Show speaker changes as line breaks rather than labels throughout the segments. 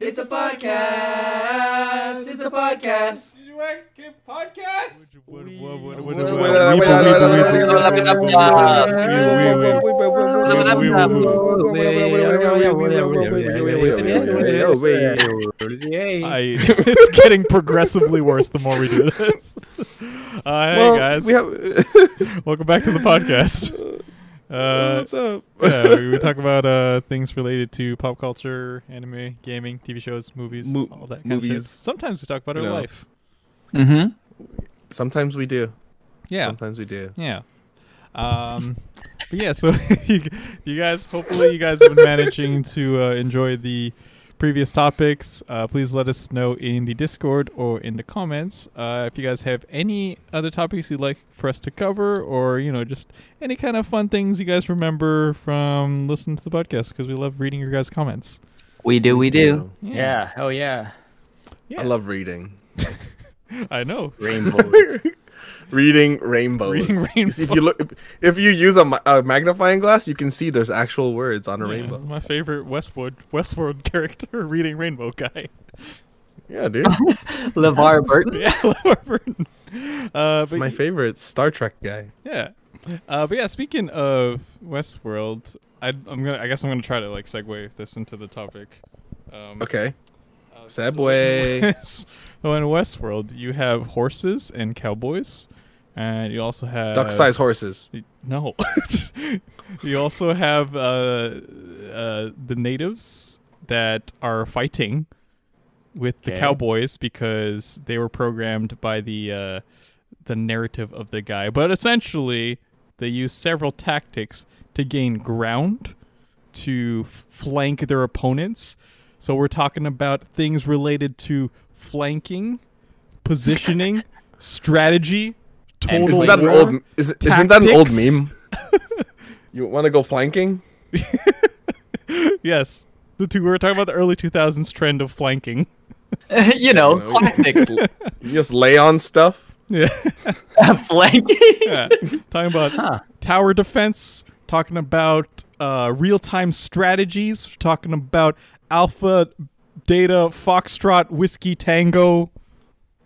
It's a podcast. It's a podcast.
podcast.
I, it's getting progressively worse the more we do this. Uh, hey guys,
we have.
welcome back to the podcast. Uh,
What's up?
yeah, we, we talk about uh, things related to pop culture, anime, gaming, TV shows, movies,
Mo-
all that kind of shit.
movies,
Sometimes we talk about our
you know.
life.
Mm-hmm.
Sometimes we do.
Yeah,
Sometimes we do.
Yeah. Um, but yeah, so you, you guys, hopefully, you guys have been managing to uh, enjoy the previous topics. Uh, please let us know in the Discord or in the comments uh, if you guys have any other topics you'd like for us to cover, or you know, just any kind of fun things you guys remember from listening to the podcast because we love reading your guys' comments.
We do, we do.
Yeah, hell yeah.
Yeah.
I love reading.
I know.
Rainbows. reading rainbows.
Reading
You see, If you look, if you use a, ma- a magnifying glass, you can see there's actual words on a
Yeah,
rainbow.
my favorite Westwood Westworld character, reading Rainbow Guy.
Yeah, dude.
LeVar Burton.
yeah, Laura Burton. Uh,
It's
but
my favorite Star Trek guy.
Yeah. Uh, but yeah, speaking of Westworld, I, I'm gonna. I guess I'm gonna try to like segue this into the topic. Um,
Okay. Oh,
uh, so
Segway.
in Wes- So in Westworld, you have horses and cowboys, and you also have
Duck sized horses.
No, you also have uh, uh, the natives that are fighting with the
Okay.
cowboys because they were programmed by the uh, the narrative of the guy. But essentially, they use several tactics to gain ground to f- flank their opponents. So we're talking about things related to flanking, positioning, strategy. Total
Isn't that an
war.
old? Is, isn't that an old
Tactics.
meme? you want to go flanking?
Yes, the two we were talking about the early 2000s trend of flanking.
you know,
No.
classic
You just lay on stuff.
Yeah,
flanking.
yeah. talking about
Huh.
tower defense, talking about uh, real-time strategies, talking about alpha, data, foxtrot, whiskey, tango.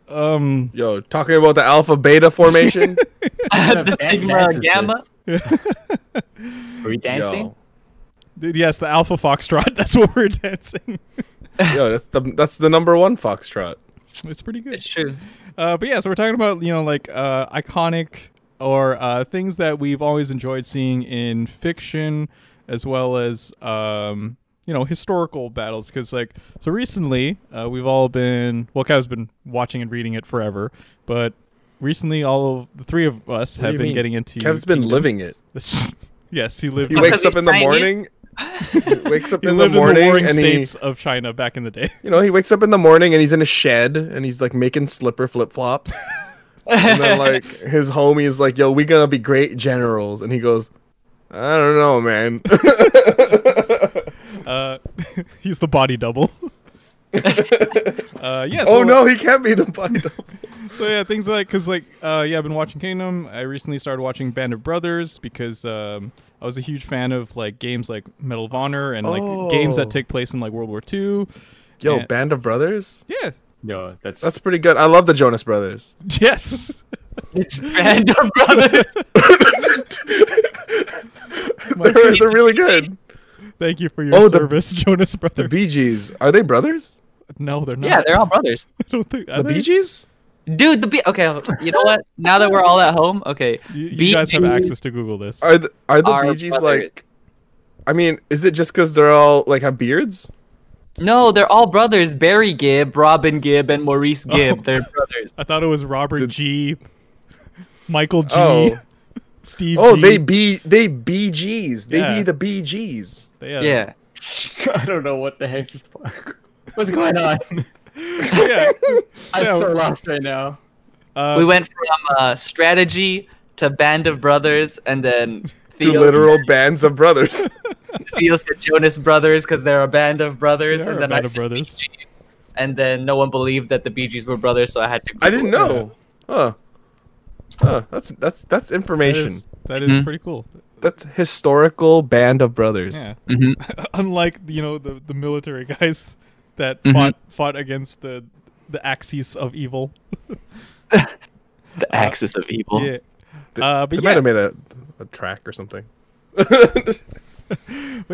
Um,
Yo, talking about the alpha beta formation.
the
Yeah,
Sigma
that's his
Gamma.
Are we dancing?
dude, yes, the alpha foxtrot. That's what we're dancing.
Yo, yo, that's the that's the number one foxtrot.
It's pretty good.
It's true.
Uh, but yeah, so we're talking about you know like uh, iconic or uh, things that we've always enjoyed seeing in fiction, as well as um, you know historical battles. Because like so recently, uh, we've all been well, Kev's been watching and reading it forever, but recently all of the three of us
do
have
you
been
mean?
getting into.
Kev's been living it.
yes, he lived.
He
He,
wakes
Because
up
he's
in the
tiny.
morning. he wakes up in the
lived in
morning
the warring
and
states of China back in the day.
he, you know, he wakes up in the morning and he's in a shed and he's like making slipper flip flops. and then like his homie is like, "Yo, we gonna be great generals," and he goes, "I don't know, man."
Uh, he's the body double. uh, yeah.
oh
so-
no, he can't be the body double.
so yeah, things like because like uh, yeah, I've been watching Kingdom. I recently started watching Band of Brothers because um, I was a huge fan of like games like Medal of Honor and like
Oh.
games that take place in like World War II.
Yo,
Yeah.
Band of Brothers.
Yeah.
No, that's
That's pretty good. I love the Jonas Brothers.
Yes.
Band of Brothers.
They're, they're really good.
Thank you for your
Oh, the-
service, Jonas
The
Brothers.
Bee Gees. Are they brothers?
No, they're not.
Yeah, they're all brothers.
I don't think
The Bee Gees?
Dude, the B. Okay, you know what? Now that we're all at home, okay.
You, you
Bee
guys have
Gees
access to Google this.
Are the, are the
are
Bee Gees
brothers.
like? I mean, is it just because they're all like have beards?
No, they're all brothers. Barry Gibb, Robin Gibb, and Maurice Gibb.
Oh.
They're brothers.
I thought it was Robert G, Michael G,
Oh.
Steve.
Oh,
G.
they be they Bee Gees. They
Yeah.
be the Bee Gees.
Yeah.
Yeah.
I don't know what the heck is. What's going on?
Yeah.
I'm
Yeah.
so lost right now.
Uh,
we went from uh, strategy to band of brothers, and then
Two
Theo,
literal bands of brothers.
Theo said Jonas Brothers because they're a band of brothers,
They are
and
a
then
band
I
of
said Bee
brothers.
Gees, and then no one believed that the Bee Gees were brothers, so I had to.
I didn't
Google
know. Huh. Huh. That's that's that's
That
information.
is, that is
Mhm.
pretty cool.
That's historical band of brothers.
Yeah.
Mm-hmm.
it. Mhm.
unlike you know the the military guys that
Mm-hmm.
Mhm.
fought fought against the the axis of evil.
The axis of evil.
Yeah. Uh,
They
but
might
yeah,
have made a, a track or something.
But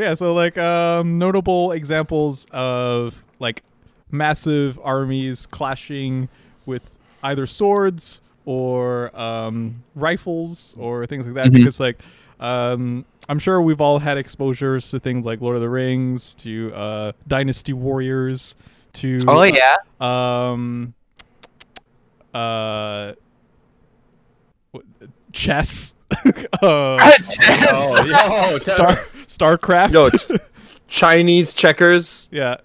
yeah, so like um, notable examples of like massive armies clashing with either swords or um, rifles or things like that.
Mm-hmm.
Because like um, I'm sure we've all had exposures to things like Lord of the Rings, to uh, Dynasty Warriors, to
Oh yeah.
um, uh, what- chess. uh,
Oh, yeah. oh,
Star Starcraft.
Yo, ch- Chinese checkers.
yeah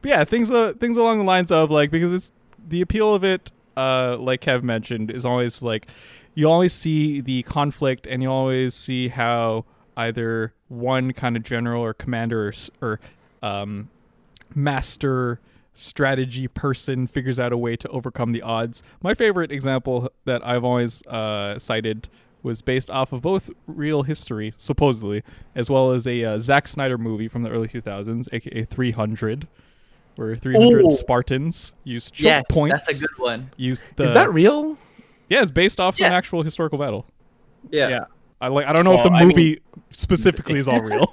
but yeah things uh, things along the lines of like because it's the appeal of it uh like kev mentioned is always like you always see the conflict and you always see how either one kind of general or commander or, s- or um master strategy person figures out a way to overcome the odds my favorite example that i've always uh cited was based off of both real history supposedly as well as a uh, Zack Snyder movie from the early 2000s aka 300 where 300
Ooh.
Spartans used choke
Yes,
points
that's a good one.
used the
Is that real?
yeah it's based off
Yeah.
an actual historical battle
Yeah.
yeah. I like I don't know if
Well,
the
I mean-
movie specifically is all real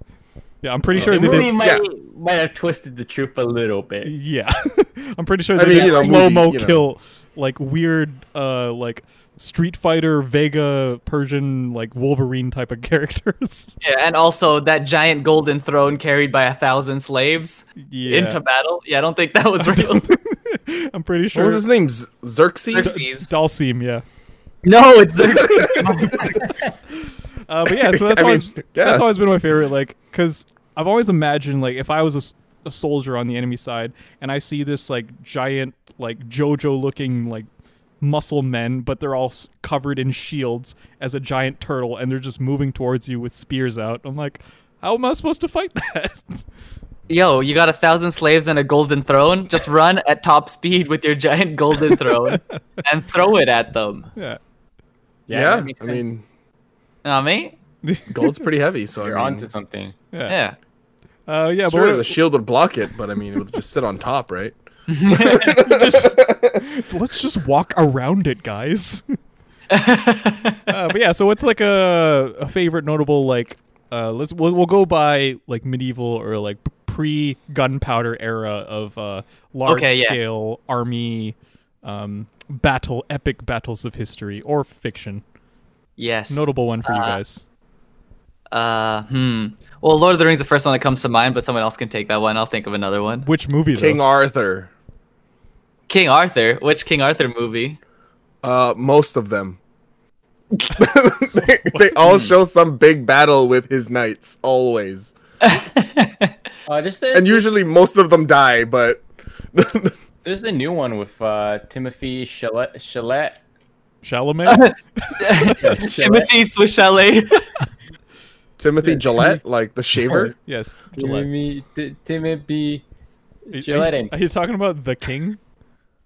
yeah I'm pretty
The
sure they
movie
did
might,
Yeah.
might have twisted the truth a little bit.
Yeah, I'm pretty sure
I
they
mean,
did
you know,
slow mo
movie, you know.
kill like weird, uh, like Street Fighter Vega Persian like Wolverine type of characters.
Yeah, and also that giant golden throne carried by a thousand slaves
yeah,
into battle. Yeah, I don't think that was real.
I'm pretty
What
sure.
was his name? Z- Xerxes?
Xerxes.
It's Dalsim, yeah.
no, it's Xerxes.
Uh, but yeah, so that's
I mean,
always
yeah.
that's always been my favorite. Like, because I've always imagined like if I was a s- a, soldier on the enemy side and I see this like giant like JoJo looking like muscle men, but they're all s- covered in shields as a giant turtle, and they're just moving towards you with spears out. I'm like, how am I supposed to fight that?
Yo, you got a thousand slaves and a golden throne? Just run at top speed with your giant golden throne and throw it at them.
yeah.
Yeah.
that
I
makes sense.
mean,
Know what I mean?
gold's pretty heavy, so
you're
I mean,
onto something.
Yeah.
Yeah.
Uh, yeah, but
sure,
what-
the shield would block it, but I mean, it would just sit on top, right?
let's just walk around it, guys. uh, but yeah, so what's like a, a favorite notable like uh, let's we'll, we'll go by like medieval or like pre gunpowder era of uh, large
yeah.
scale army um, battle epic battles of history or fiction.
Yes.
Notable one for you guys.
Uh, hmm. Well, Lord of the Rings is the first one that comes to mind, but someone else can take that one. I'll think of another one.
Which movie
King
though?
Arthur.
King Arthur. Which King Arthur movie?
Uh, most of them. they, they all show some big battle with his knights, always.
Uh, just the,
And usually most of them die, but.
there's the new one with uh, Timothy Chalet. Chalet.
Chalamet?
Timothy Swiss Chalet.
Timothy Gillette, like the shaver.
yes. Gillette.
Timothy. T- Timothy.
Are- are you-
Gillette.
Are you talking about The King?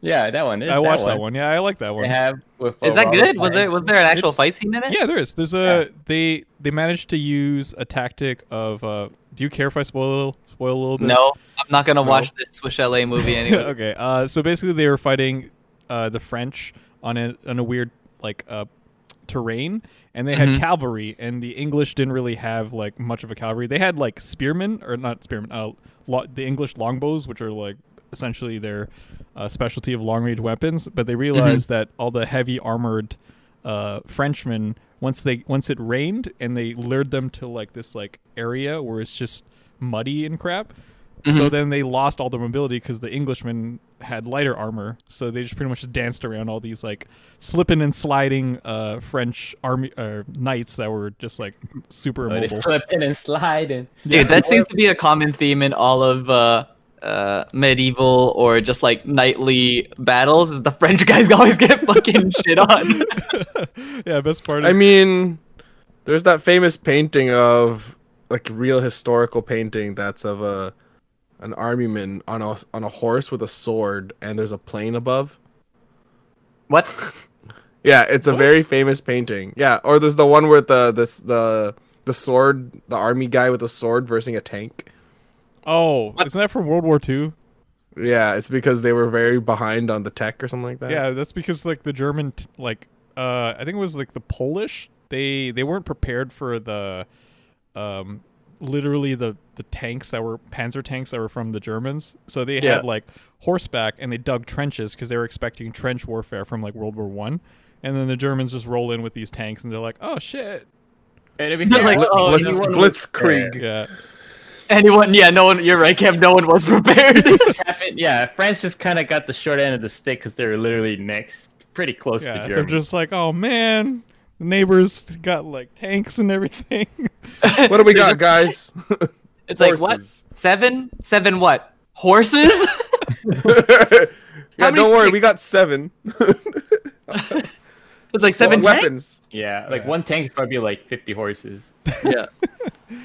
Yeah, that one. There's
I watched that one. Yeah, I like that one.
They have with, uh,
Is that
Robert
good? Was there
Pattinson.
was there an actual
It's-
fight scene in it?
Yeah, there is. There's a they they managed to use a tactic of uh do you care if I spoil spoil a little bit?
No, I'm not gonna watch this Swiss Chalet movie anyway.
okay. Uh so basically they were fighting uh the French on a on a weird like uh terrain and they had
Mhm.
cavalry and the English didn't really have like much of a cavalry. They had like spearmen or not spearmen, uh lo- the English longbows which are like essentially their uh, specialty of long range weapons, but they realized that all the heavy armored uh, Frenchmen once they once it rained and they lured them to like this like area where it's just muddy and crap.
Mm-hmm.
So then they lost all their mobility because the Englishmen had lighter armor, so they just pretty much just danced around all these like slipping and sliding uh, French army uh, knights that were just like super
Oh, they
immobile.
slip in and slide in.
Dude, that seems to be a common theme in all of uh, uh, medieval or just like knightly battles. Is the French guys always get fucking shit on?
yeah, best part
I
is
mean, there's that famous painting of like real historical painting that's of a an armyman on a on a horse with a sword, and there's a plane above.
What?
Yeah, it's a very famous painting. Yeah, or there's the one with the this the the sword, the army guy with a sword versus a tank.
Oh, is isn't that from World War II?
Yeah, it's because they were very behind on the tech or something like that.
Yeah, that's because like the German, t- like uh, I think it was like the Polish. They they weren't prepared for the, um, literally the the tanks that were Panzer tanks that were from the Germans. So they
Yeah.
had like horseback and they dug trenches because they were expecting trench warfare from like World War One. And then the Germans just roll in with these tanks and they're like, oh shit.
And to be
They're
fair,
like,
what-
oh,
Blitz,
anyone
Blitzkrieg.
Yeah.
Anyone? Yeah, no one. You're right, Kev. No one was prepared.
just happened. Yeah, France just kind of got the short end of the stick because they were literally next, pretty close
Yeah.
to
They're
Germany.
just like, oh man. The neighbors got like tanks and everything.
What do we got, guys?
it's like what?
Horses.
Seven? Seven? What? Horses?
yeah,
many
don't worry,
stick-
we got seven.
it's like seven tanks?
weapons.
Yeah, like
Yeah.
one tank is probably like 50 horses.
Yeah.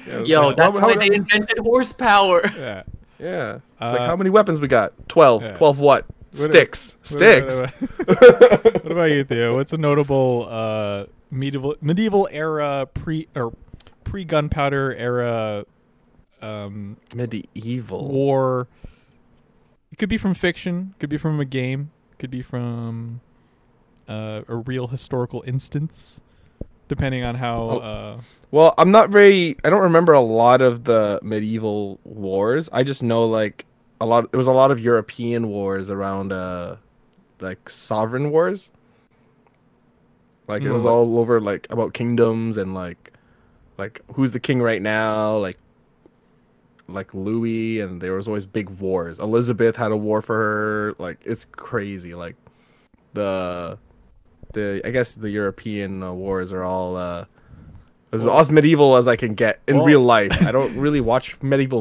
Yeah,
Yo,
how-
that's
how-
why they invented horsepower.
yeah.
Yeah. It's like
Uh,
how many weapons we got? Twelve.
yeah.
Twelve what? Sticks. Sticks.
What about you, Theo? What's a notable uh, medieval medieval era pre or pre gunpowder era um,
Medieval.
war? It could be from fiction, could be from a game, could be from uh, a real historical instance, depending on how.
Oh.
Uh,
Well, I'm not very. I don't remember a lot of the medieval wars. I just know like a lot. It was a lot of European wars around, uh, like sovereign wars. Like it was
Mhm.
all over like about kingdoms and like, like who's the king right now? Like, like Louis, and there was always big wars. Elizabeth had a war for her. Like it's crazy. Like the, the I guess the European uh, wars are all. uh as, as medieval as I can get in
Well-
real life. I don't really watch medieval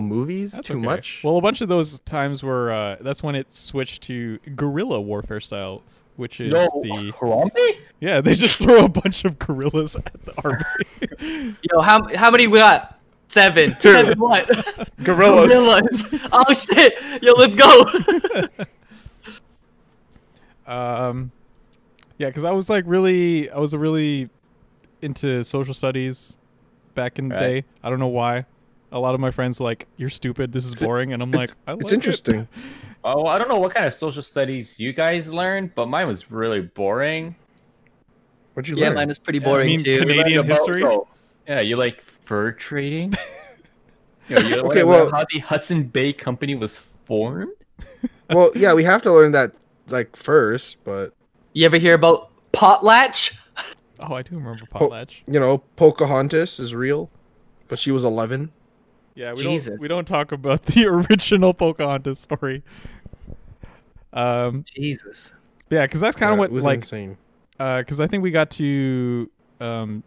movies
that's
too
okay.
much.
Well, a bunch of those times were uh, that's when it switched to guerrilla warfare style, which is the
Harambe?
yeah they just throw a bunch of gorillas at the army.
Yo, how how many we got? Seven.
Two.
Seven what?
gorillas.
Gorillas. Oh shit. Yo, let's go.
Um, yeah, because I was like really, I was really into social studies back in the
Right.
day. I don't know why. A lot of my friends were like, "You're stupid. This is boring," and I'm like,
it's,
I
it's
like it."
interesting.
Oh, I don't know what kind of social studies you guys learned, but mine was really boring.
What'd you
yeah,
learn?
mine is pretty
Yeah, I
boring
mean,
too.
Canadian-
learned about-
history?
oh, yeah, you like fur trading? you know, you learned
Okay,
about
well-
how the Hudson Bay Company was formed?
well, yeah, we have to learn that like first, but
You ever hear about potlatch?
Oh, I do remember potlatch.
you know, Pocahontas is real, but she was 11.
Yeah, we
Jesus.
don't we don't talk about the original Pocahontas story. Um,
Jesus.
yeah, because that's kind
Yeah,
of what
it was
like
insane.
because Uh, I think we got to um,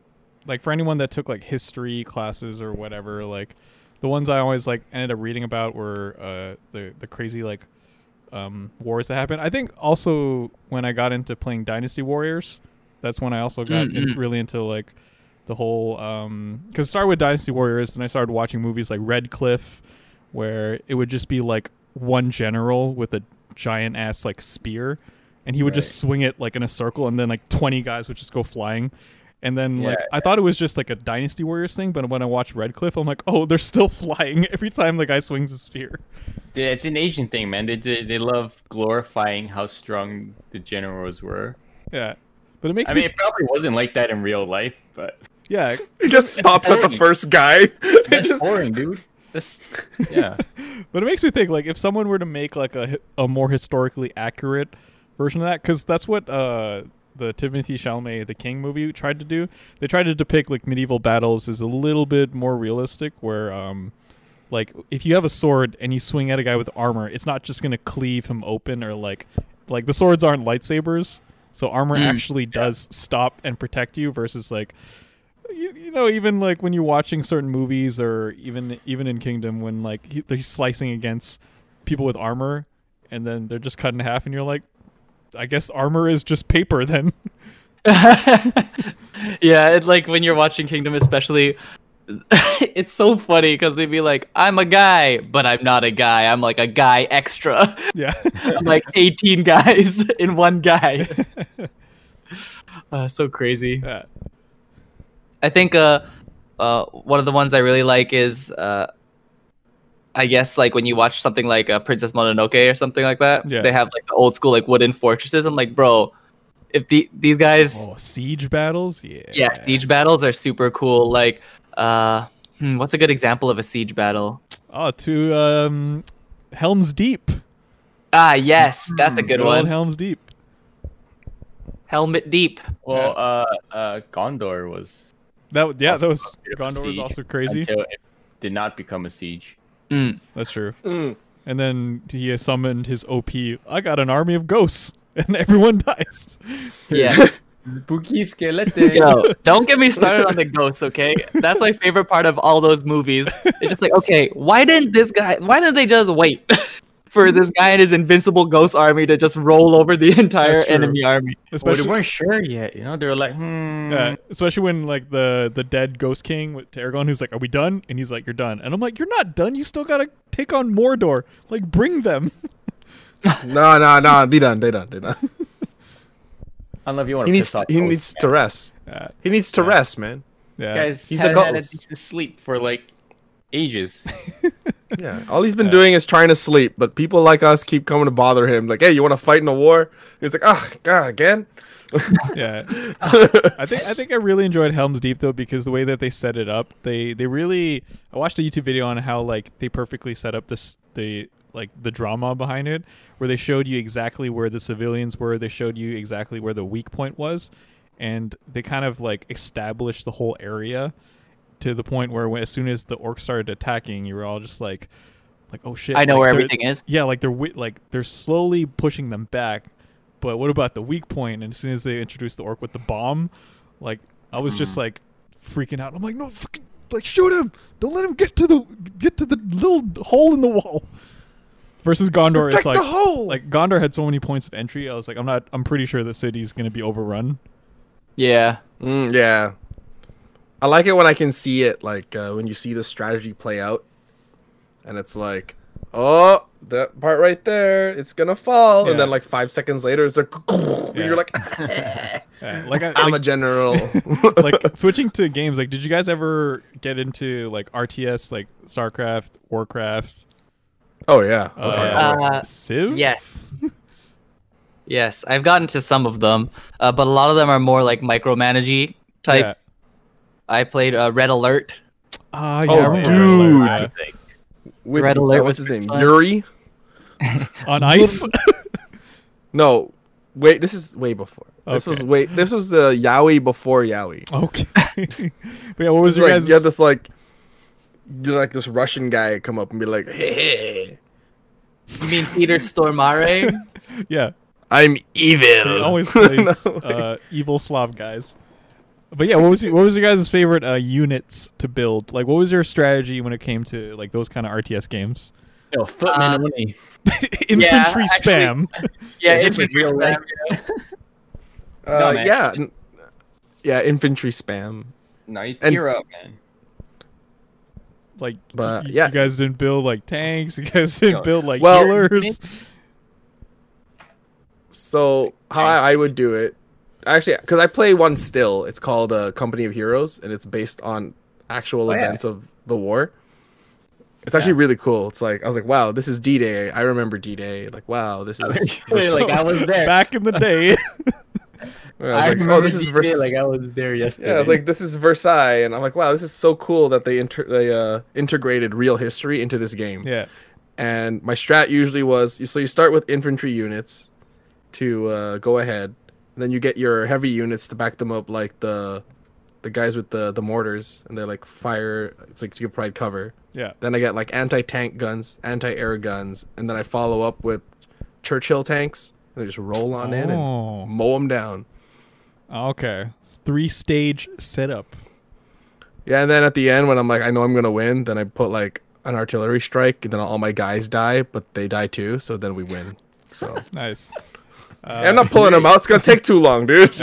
like for anyone that took like history classes or whatever, like the ones I always like ended up reading about were uh, the the crazy like um, wars that happened. I think also when I got into playing Dynasty Warriors, that's when I also got in- really into like the whole um because started with Dynasty Warriors and I started watching movies like Red Cliff, where it would just be like one general with a giant ass like spear, and he would just swing it like in a circle, and then like twenty guys would just go flying. And then like
Yeah.
I thought it was just like a Dynasty Warriors thing, but when I watched Red Cliff, I'm like, oh, they're still flying every time the guy swings a spear.
Yeah, it's an Asian thing, man. They, they, they love glorifying how strong the generals were.
Yeah, but it makes
I
me
mean, it probably wasn't like that in real life, but
yeah.
He just stops at the
boring.
first guy.
that's
Just-
boring, dude. That's yeah.
But it makes me think, like, if someone were to make like a hi- a more historically accurate version of that, because that's what uh, the Timothy Chalamet the King movie tried to do. They tried to depict like medieval battles as a little bit more realistic, where um, like if you have a sword and you swing at a guy with armor, it's not just gonna cleave him open or like like the swords aren't lightsabers, so armor actually does stop and protect you versus like you, you know even like when you're watching certain movies or even even in kingdom when like he, they're slicing against people with armor and then they're just cut in half and you're like i guess armor is just paper then
yeah, it, like when you're watching Kingdom, especially, it's so funny because they'd be like, "I'm a guy, but I'm not a guy. I'm like a guy extra.
yeah
I'm like 18 guys in one guy." uh, so crazy.
yeah
I think uh, uh, one of the ones I really like is uh, I guess like when you watch something like uh, Princess Mononoke or something like that,
Yeah.
they have like the old school like wooden fortresses. I'm like, bro, if the these guys,
Oh, siege battles? Yeah.
yeah, siege battles are super cool. Like, uh, hmm, what's a good example of a siege battle?
Oh, to um, Helm's Deep.
Ah, yes, that's a good
old
one.
Helm's Deep.
Helmet deep.
Well, uh, uh, Gondor was
That w- yeah,
Also
that was
a bit of a
Gondor was
siege
also crazy.
until it did not become a siege.
Mm.
That's true.
Mm.
And then he summoned his OP. I got an army of ghosts, and everyone dies.
Yeah.
Spooky skeleton.
Yo, don't get me started on the ghosts, okay? That's my favorite part of all those movies. It's just like, okay, why didn't this guy? Why didn't they just wait for this guy and his invincible ghost army to just roll over the entire
That's true.
enemy army?
Well, they
Especially,
weren't sure yet. You know, they were like, hmm.
yeah, Uh, especially when like the the dead Ghost King with to Aragorn, who's like, "Are we done?" And he's like, "You're done." And I'm like, "You're not done. You still gotta take on Mordor. Like, bring them."
No, no, no. They done. They done. They done.
I don't know if you want
He
to
needs.
piss off.
He
ghosts,
needs
man.
to rest.
Uh,
He needs to
Yeah.
rest, man.
yeah,
Guys,
He's
he's
a
had, had a
ghost.
decent sleep for like ages.
Yeah. All he's been doing is trying to sleep, but people like us keep coming to bother him. Like, hey, you want to fight in a war? He's like, ah, God, again.
yeah. I think I think I really enjoyed Helm's Deep though because the way that they set it up, they they really I watched a YouTube video on how like they perfectly set up this the like the drama behind it where they showed you exactly where the civilians were, they showed you exactly where the weak point was and they kind of like established the whole area to the point where when, as soon as the orcs started attacking, you were all just like like oh shit.
I know
like,
where
they're-
everything is.
yeah, like they're wi- like they're slowly pushing them back. But what about the weak point? And as soon as they introduced the orc with the bomb, like I was
Mm-hmm.
just like freaking out. I'm like, no, fucking, like shoot him! Don't let him get to the get to the little hole in the wall. Versus Gondor,
Protect
it's like
the hole!
like Gondor had so many points of entry. I was like, I'm not. I'm pretty sure the city's gonna be overrun.
Yeah.
Mm, yeah. I like it when I can see it, like uh, when you see the strategy play out, and it's like, oh, that part right there, it's gonna fall, and then
Yeah.
like five seconds later, it's like, and
Yeah.
you're like,
Yeah, Uh, like I,
I'm
like,
a general.
like switching to games. Like, did you guys ever get into like RTS, like StarCraft, Warcraft,
oh yeah, that's
uh,
hard.
Uh,
Civ?
Yes. yes, I've gotten to some of them, uh, but a lot of them are more like micromanagey type.
Yeah.
I played uh, Red Alert.
Ah, yeah,
Oh,
I remember
dude.
that.
I
Yeah.
think.
With,
Red
uh,
Alert
what's
was
his
pretty
name?
fun.
Yuri?
on ice.
No, wait, this is way before. This was
Okay.
way. This was the Yowie before Yowie.
okay. but yeah, what was
It's
your
like
guys?
you had this like you had, like this Russian guy come up and be like, "Hey,
You mean Peter Stormare?
yeah,
I'm
he
evil."
always plays
No, like-
uh, evil Slav guys. But yeah, what was your, what was your guys' favorite uh, units to build? Like, what was your strategy when it came to like those kind of RTS games?
No, Footman
Um,
only.
Infantry
actually-
spam.
yeah,
just like
infantry
real life.
spam, yeah.
Uh,
man.
yeah, n- yeah, infantry spam.
No, you
And-
tear up, man.
Like,
But,
you,
yeah.
you guys didn't build like tanks. You guys didn't
No.
build like
Well,
healers.
So how I, I would do it, actually, because I play one still. It's called uh, Company of Heroes, and it's based on actual
Oh, yeah.
events of the war. It's actually really cool. It's like I was like, wow, this is D Day. I remember D Day. Like, wow, this is.
Like, I was there.
back in the day.
I was like, oh, this is vers-
like I was there yesterday.
Yeah, I was like, this is Versailles, and I'm like, wow, this is so cool that they inter- they uh, integrated real history into this game.
yeah,
And my strat usually was so you start with infantry units to uh, go ahead, and then you get your heavy units to back them up, like the the guys with the the mortars, and they're like fire. It's like you can provide cover.
yeah.
Then I get like anti tank guns, anti air guns, and then I follow up with Churchill tanks. And they just roll on in
Oh.
and mow them down.
Okay, three stage setup.
Yeah, and then at the end when I'm like, I know I'm gonna win, then I put like an artillery strike, and then all my guys die, but they die too, so then we win. So
Nice. Uh,
Yeah, I'm not pulling them out. It's gonna take too long, dude.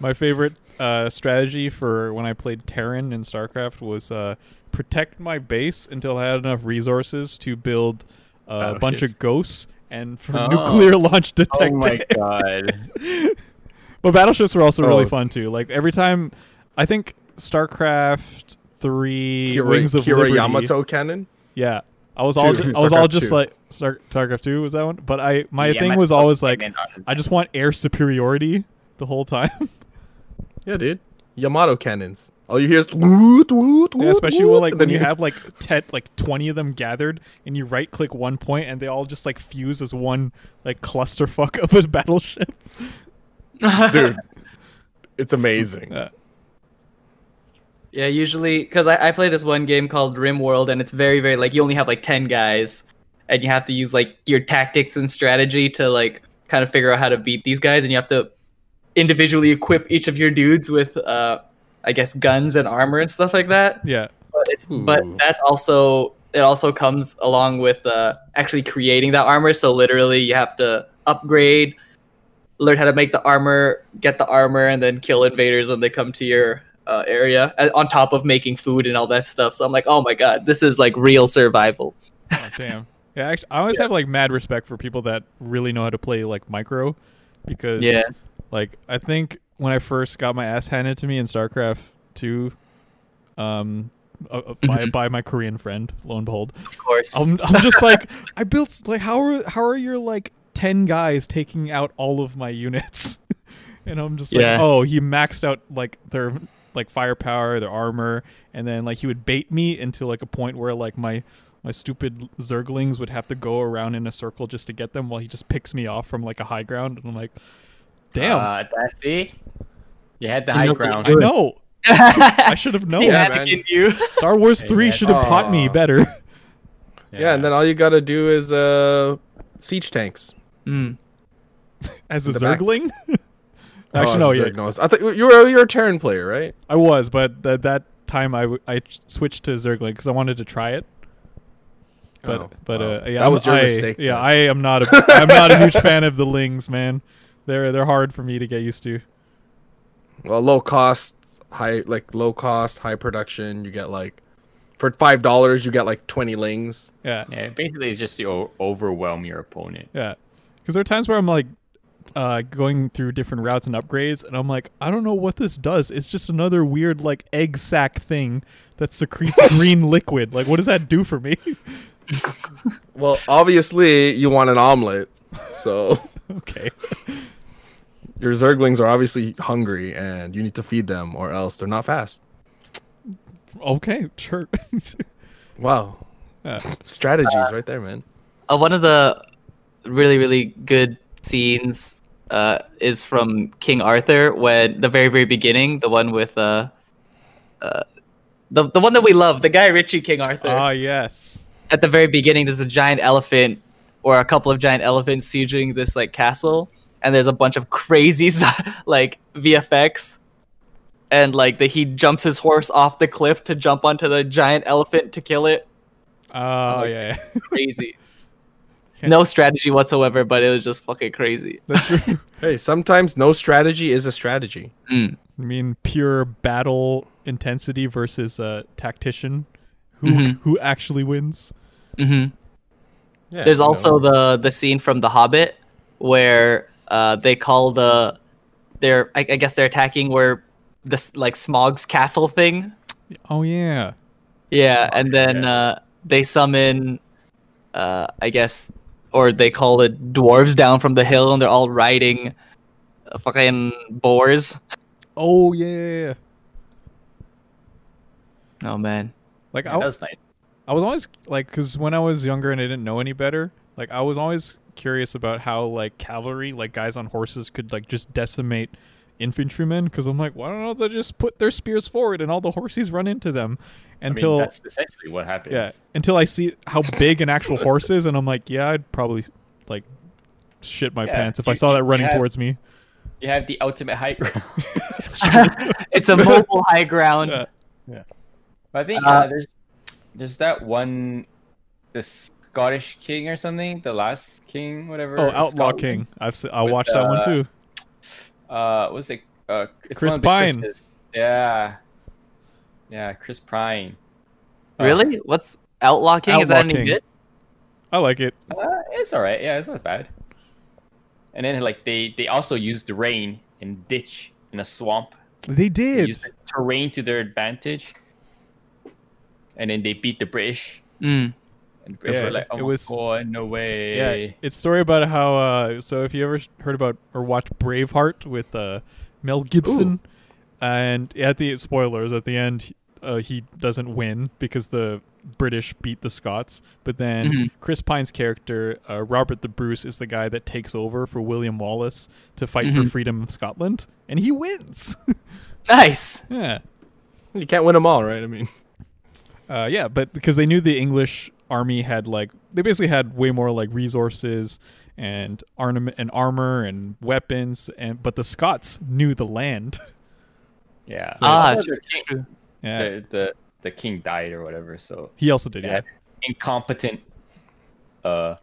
My favorite uh, strategy for when I played Terran in StarCraft was uh, protect my base until I had enough resources to build uh, a bunch
Battleships.
of ghosts and for
Oh.
nuclear launch
oh
detected.
my god.
But battleships were also really
Oh.
fun too. Like every time, I think StarCraft three
Kira,
Wings of
Kira
Liberty.
Yamato cannon.
Yeah. I was all
Two.
I was all
StarCraft
just
two.
like Star- StarCraft 2 was that one, but I my
Yeah,
thing
my
was
thoughts
always
came
like
in on-
I just want air superiority the whole time.
Yeah, dude. Yamato cannons. All you hear is woot, woot, woot,
Yeah, especially when
woot,
like
and
when
then
you
you
have like ten, like twenty of them gathered, and you right click one point, and they all just like fuse as one like clusterfuck of a battleship.
dude. It's amazing.
Uh,
Yeah, usually because I, I play this one game called Rim World, and it's very, very like you only have like ten guys, and you have to use like your tactics and strategy to like kind of figure out how to beat these guys, and you have to individually equip each of your dudes with, uh, I guess, guns and armor and stuff like that.
yeah,
But, it's, but
Ooh.
that's also it also comes along with uh, actually creating that armor. So literally, you have to upgrade, learn how to make the armor, get the armor, and then kill invaders when they come to your uh, area. uh, On top of making food and all that stuff. So I'm like, oh my god, this is like real survival.
oh, damn. Yeah, actually, I always have like mad respect for people that really know how to play like micro, because
Yeah.
like I think when I first got my ass handed to me in StarCraft two, um, uh, uh, by by my Korean friend, lo and behold,
Of course.
I'm, I'm just like I built like how are how are your like ten guys taking out all of my units? and I'm just like,
Yeah.
oh, he maxed out like their like firepower, their armor, and then like he would bait me into like a point where like my my stupid zerglings would have to go around in a circle just to get them while he just picks me off from like a high ground and I'm like, damn,
Ah,
Uh, that- see, you had the
You
high
know what
ground.
I know. I should have known.
He had
man.
it in you.
Star Wars
Yeah,
three
yeah.
should have taught me
Aw.
better.
Yeah. and then all you gotta do is uh siege tanks.
Mm.
As a
The back-
zergling?
Oh,
Actually, no,
it's
yeah,
like, no, it's- I thought you were you're a Terran player, right?
I was, but th- that time I, w- I ch- switched to Zergling because I wanted to try it. But
Oh,
but
wow.
uh, yeah,
that was your
I-
mistake.
Yeah,
then.
I am not a I'm not a huge fan of the Lings, man. They're they're hard for me to get used to.
well, low cost, high like low cost, high production. You get like for five dollars, you get like twenty lings.
Yeah,
Yeah, basically, it's just to o- overwhelm your opponent.
yeah. Because there are times where I'm like uh, going through different routes and upgrades, and I'm like, I don't know what this does. It's just another weird like egg sac thing that secretes green liquid. Like, what does that do for me?
Well, obviously, you want an omelet, so
okay.
your Zerglings are obviously hungry, and you need to feed them, or else they're not fast.
Okay, sure.
Wow,
Yeah.
strategies right there, man.
Uh, one of the really really good scenes uh, is from King Arthur when the very very beginning, the one with uh, uh, the the one that we love, the guy Richie King Arthur.
Ah, yes.
At the very beginning, there's a giant elephant or a couple of giant elephants sieging this like castle, and there's a bunch of crazy like VFX. And like that, he jumps his horse off the cliff to jump onto the giant elephant to kill it.
Oh
like
yeah. yeah.
Crazy.
Can't-
no strategy whatsoever, but it was just fucking crazy.
That's true.
Hey, sometimes no strategy is a strategy.
Mm.
I mean, pure battle intensity versus uh, tactician. Who
Mm-hmm.
Mhm.
who actually wins?
hmm
Yeah,
There's
you know.
also the the scene from The Hobbit where uh, they call the they're I, I guess they're attacking where this like Smog's castle thing.
Oh yeah.
Yeah, and then uh, they summon uh, I guess or they call the dwarves down from the hill and they're all riding uh, fucking boars.
Oh yeah.
Oh man.
Like
Yeah,
I,
that was nice.
I was always like, because when I was younger and I didn't know any better, like I was always curious about how like cavalry, like guys on horses, could like just decimate infantrymen. Because I'm like, why don't they just put their spears forward and all the horses run into them?
Until
Until
that's essentially what happens.
Yeah, until I see how big an actual horse is, and I'm like, yeah, I'd probably like shit my
Yeah,
pants if I
you-
saw that running
have-
towards me.
You have the ultimate height. round.
it's a mobile high ground.
Yeah.
But I think
Uh,
uh, there's there's that one, the Scottish king or something, the last king, whatever.
Oh,
of
Outlaw
Scotland.
King! I've se- I
with,
watched that one
uh,
too.
Uh, what's it? Uh, it's
Chris
one of the
Pine.
Chris's. Yeah, yeah, Chris Pine. Uh,
Really? What's Outlaw King? Is that
Outlaw
any
King.
good?
I like it.
Uh, it's all right. Yeah, it's not bad. And then like they they also used the rain and ditch and a swamp.
They
They
did.
used the terrain to their advantage. And then they beat the British.
Mm.
And Brits
Yeah,
were like, oh
it
my
was-
god, no
Yeah,
way.
it's a story about how. Uh, so if you ever heard about or watched Braveheart with uh, Mel Gibson, and at the spoilers at the end, uh, he doesn't win because the British beat the Scots. But then
Mhm.
Chris Pine's character, uh, Robert the Bruce, is the guy that takes over for William Wallace to fight for
Mhm.
freedom of Scotland, and he wins.
Nice.
yeah.
You can't win them all, right? I mean,
Uh, yeah, but because they knew the English army had like they basically had way more like resources and armament and armor and weapons, and but the Scots knew the land.
Yeah.
Ah,
Also, the, king,
True.
Yeah,
the, the, the king died or whatever, so
he also did. Yeah,
that incompetent uh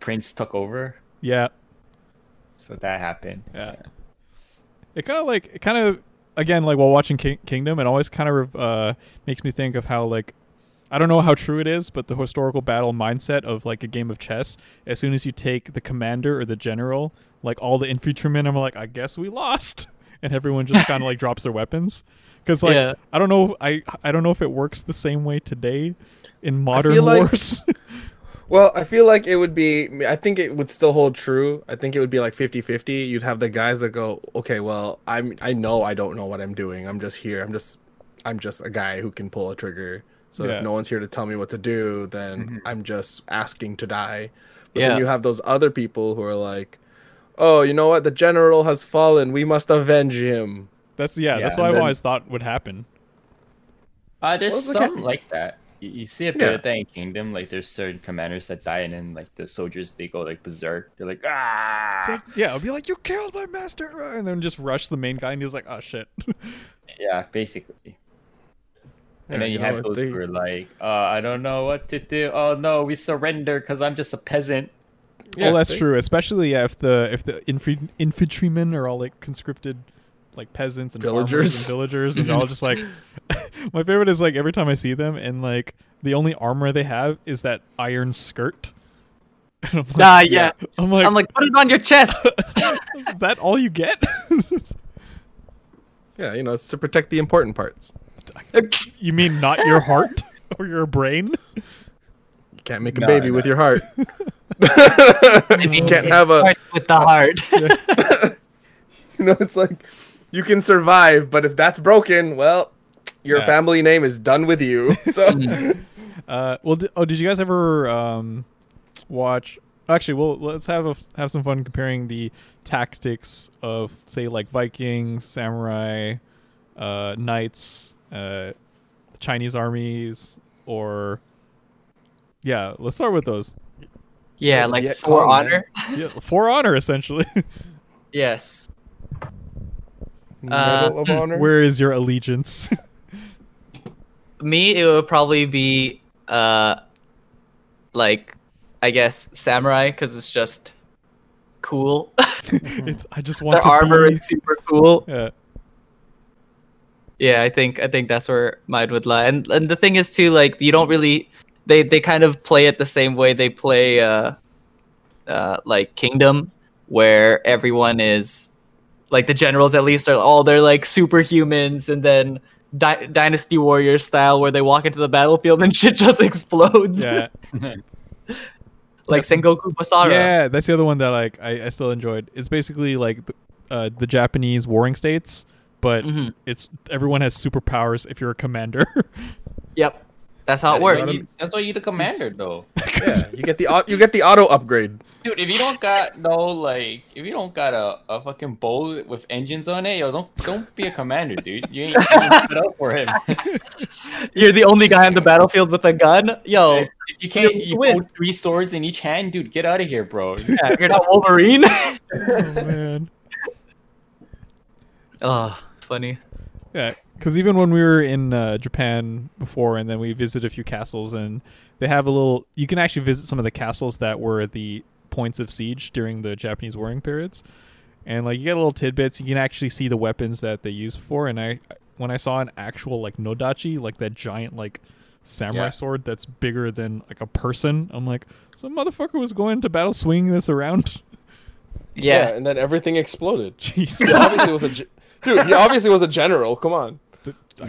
prince took over.
yeah,
So that happened.
yeah. It kind of like it kind of again like while watching King- Kingdom, it always kind of uh, makes me think of how like I don't know how true it is, but the historical battle mindset of like a game of chess. As soon as you take the commander or the general, like all the infantrymen are like, I guess we lost, and everyone just kind of like drops their weapons. Because like
Yeah.
I don't know, I I don't know if it works the same way today in modern
feel like-
wars.
well, I feel like it would be. I think it would still hold true. I think it would be like 50-50. You'd have the guys that go, okay, well, I'm. I know I don't know what I'm doing. I'm just here. I'm just. I'm just a guy who can pull a trigger. So
Yeah.
if no one's here to tell me what to do, then I'm just asking to die. But
Yeah.
then you have those other people who are like, oh, you know what? The general has fallen. We must avenge him.
that's yeah, that's
Yeah,
what
and
I've
then-
always thought would happen.
Uh there's
Well, look at-
some like that. You, you see a bit
Yeah.
of that in Kingdom, like there's certain commanders that die and then like the soldiers they go like berserk. They're like ah
It's like, yeah, I'll be like, you killed my master, and then just rush the main guy, and he's like, oh shit.
Yeah, basically.
Yeah,
And then you
you know,
have
if
those
they-
who are like, uh, I don't know what to do. Oh no, we surrender because I'm just a peasant.
oh, that's
see?
true. Especially yeah, if the if the infre- infantrymen are all like conscripted, like peasants and farmers
Villagers.
and villagers, and they're all just like. my favorite is like every time I see them, and like the only armor they have is that iron skirt. And I'm like,
Ah, yes.
I'm like,
I'm like, put it on your chest.
is that all you get?
Yeah, you know, it's to protect the important parts.
you mean not your heart or your brain?
You can't make a
No,
baby
no,
with
no.
your heart.
Maybe
you can't
it
have a.
starts with the heart.
You know, it's like you can survive, but if that's broken, well, your
Yeah.
family name is done with you. So
Hmm.
Uh, well, di- oh, did you guys ever um, watch? Actually, well, let's have a, have some fun comparing the tactics of, say, like Vikings, samurai, uh, knights, uh, Chinese armies, or yeah, let's start with those.
yeah,
Yeah,
like
Viet
for
Cong, man.
honor.
Yeah, for honor, essentially.
Yes.
Medal of
hmm,
Honor.
Where is your allegiance?
Me, it would probably be uh, like, I guess samurai because it's just cool.
it's I just want
Their
to
armor
be-
is super cool.
Yeah,
Yeah, I think I think that's where mine would lie. And and the thing is too, like you don't really they they kind of play it the same way they play uh uh like Kingdom, where everyone is like the generals at least are all they're like superhumans and then Di- dynasty warrior style where they walk into the battlefield and shit just explodes
yeah.
like sengoku basara
Yeah, that's the other one that like I, I still enjoyed. It's basically like th- uh, the Japanese warring states, but
Mhm.
it's everyone has superpowers if you're a commander.
yep that's how it
That's why
works
you- That's why you the commander though.
Yeah, you get the au- you get the auto upgrade.
Dude, if you don't got no like if you don't got a, a fucking boat with engines on it, yo, don't don't be a commander, dude. You ain't, you ain't set up for him.
you're the only guy on the battlefield with a gun yo
If you can't you
win.
hold three swords in each hand, dude, get out of here, bro.
yeah, you're not wolverine
oh man.
oh funny
Yeah, because even when we were in uh, Japan before, and then we visited a few castles, and they have a little. You can actually visit some of the castles that were the points of siege during the Japanese warring periods, and like you get little tidbits. You can actually see the weapons that they used before. And I, when I saw an actual like nodachi, like that giant like samurai
Yeah.
sword that's bigger than like a person, I'm like, some motherfucker was going to battle swinging this around.
yes
and then everything exploded. He
Jeez,
obviously was a ge- dude. He obviously was a general. Come on.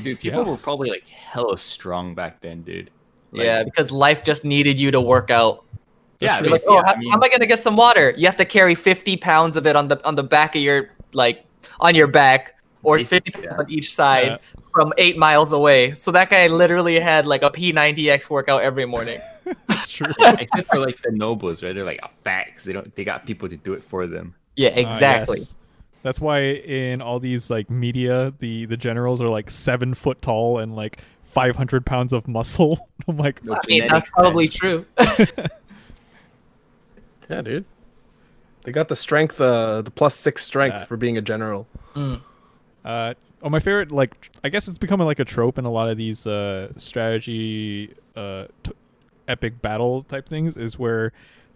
Dude, people were probably like hella strong back then, dude.
yeah, because life just needed you to work out. You're
Yeah, I mean,
like, oh,
yeah,
how,
I mean-
how am I gonna get some water? You have to carry fifty pounds of it on the on the back of your like on your back, or
Basically,
fifty pounds
yeah.
on each side from eight miles away. So that guy literally had like a P90X workout every morning.
That's true.
Except for like the nobles, right? They're like facts. They don't. They got people to do it for them.
yeah,
Uh,
exactly.
yes. That's why in all these like media, the the generals are like seven foot tall and like five hundred pounds of muscle. I'm like,
No
I mean, that's
genetics,
probably
man.
true.
Yeah, dude. They got the strength, uh, the plus six strength
Yeah.
for being a general.
Uh, oh, my favorite, like, tr- I guess it's becoming like a trope in a lot of these uh, strategy, uh, t- epic battle type things is where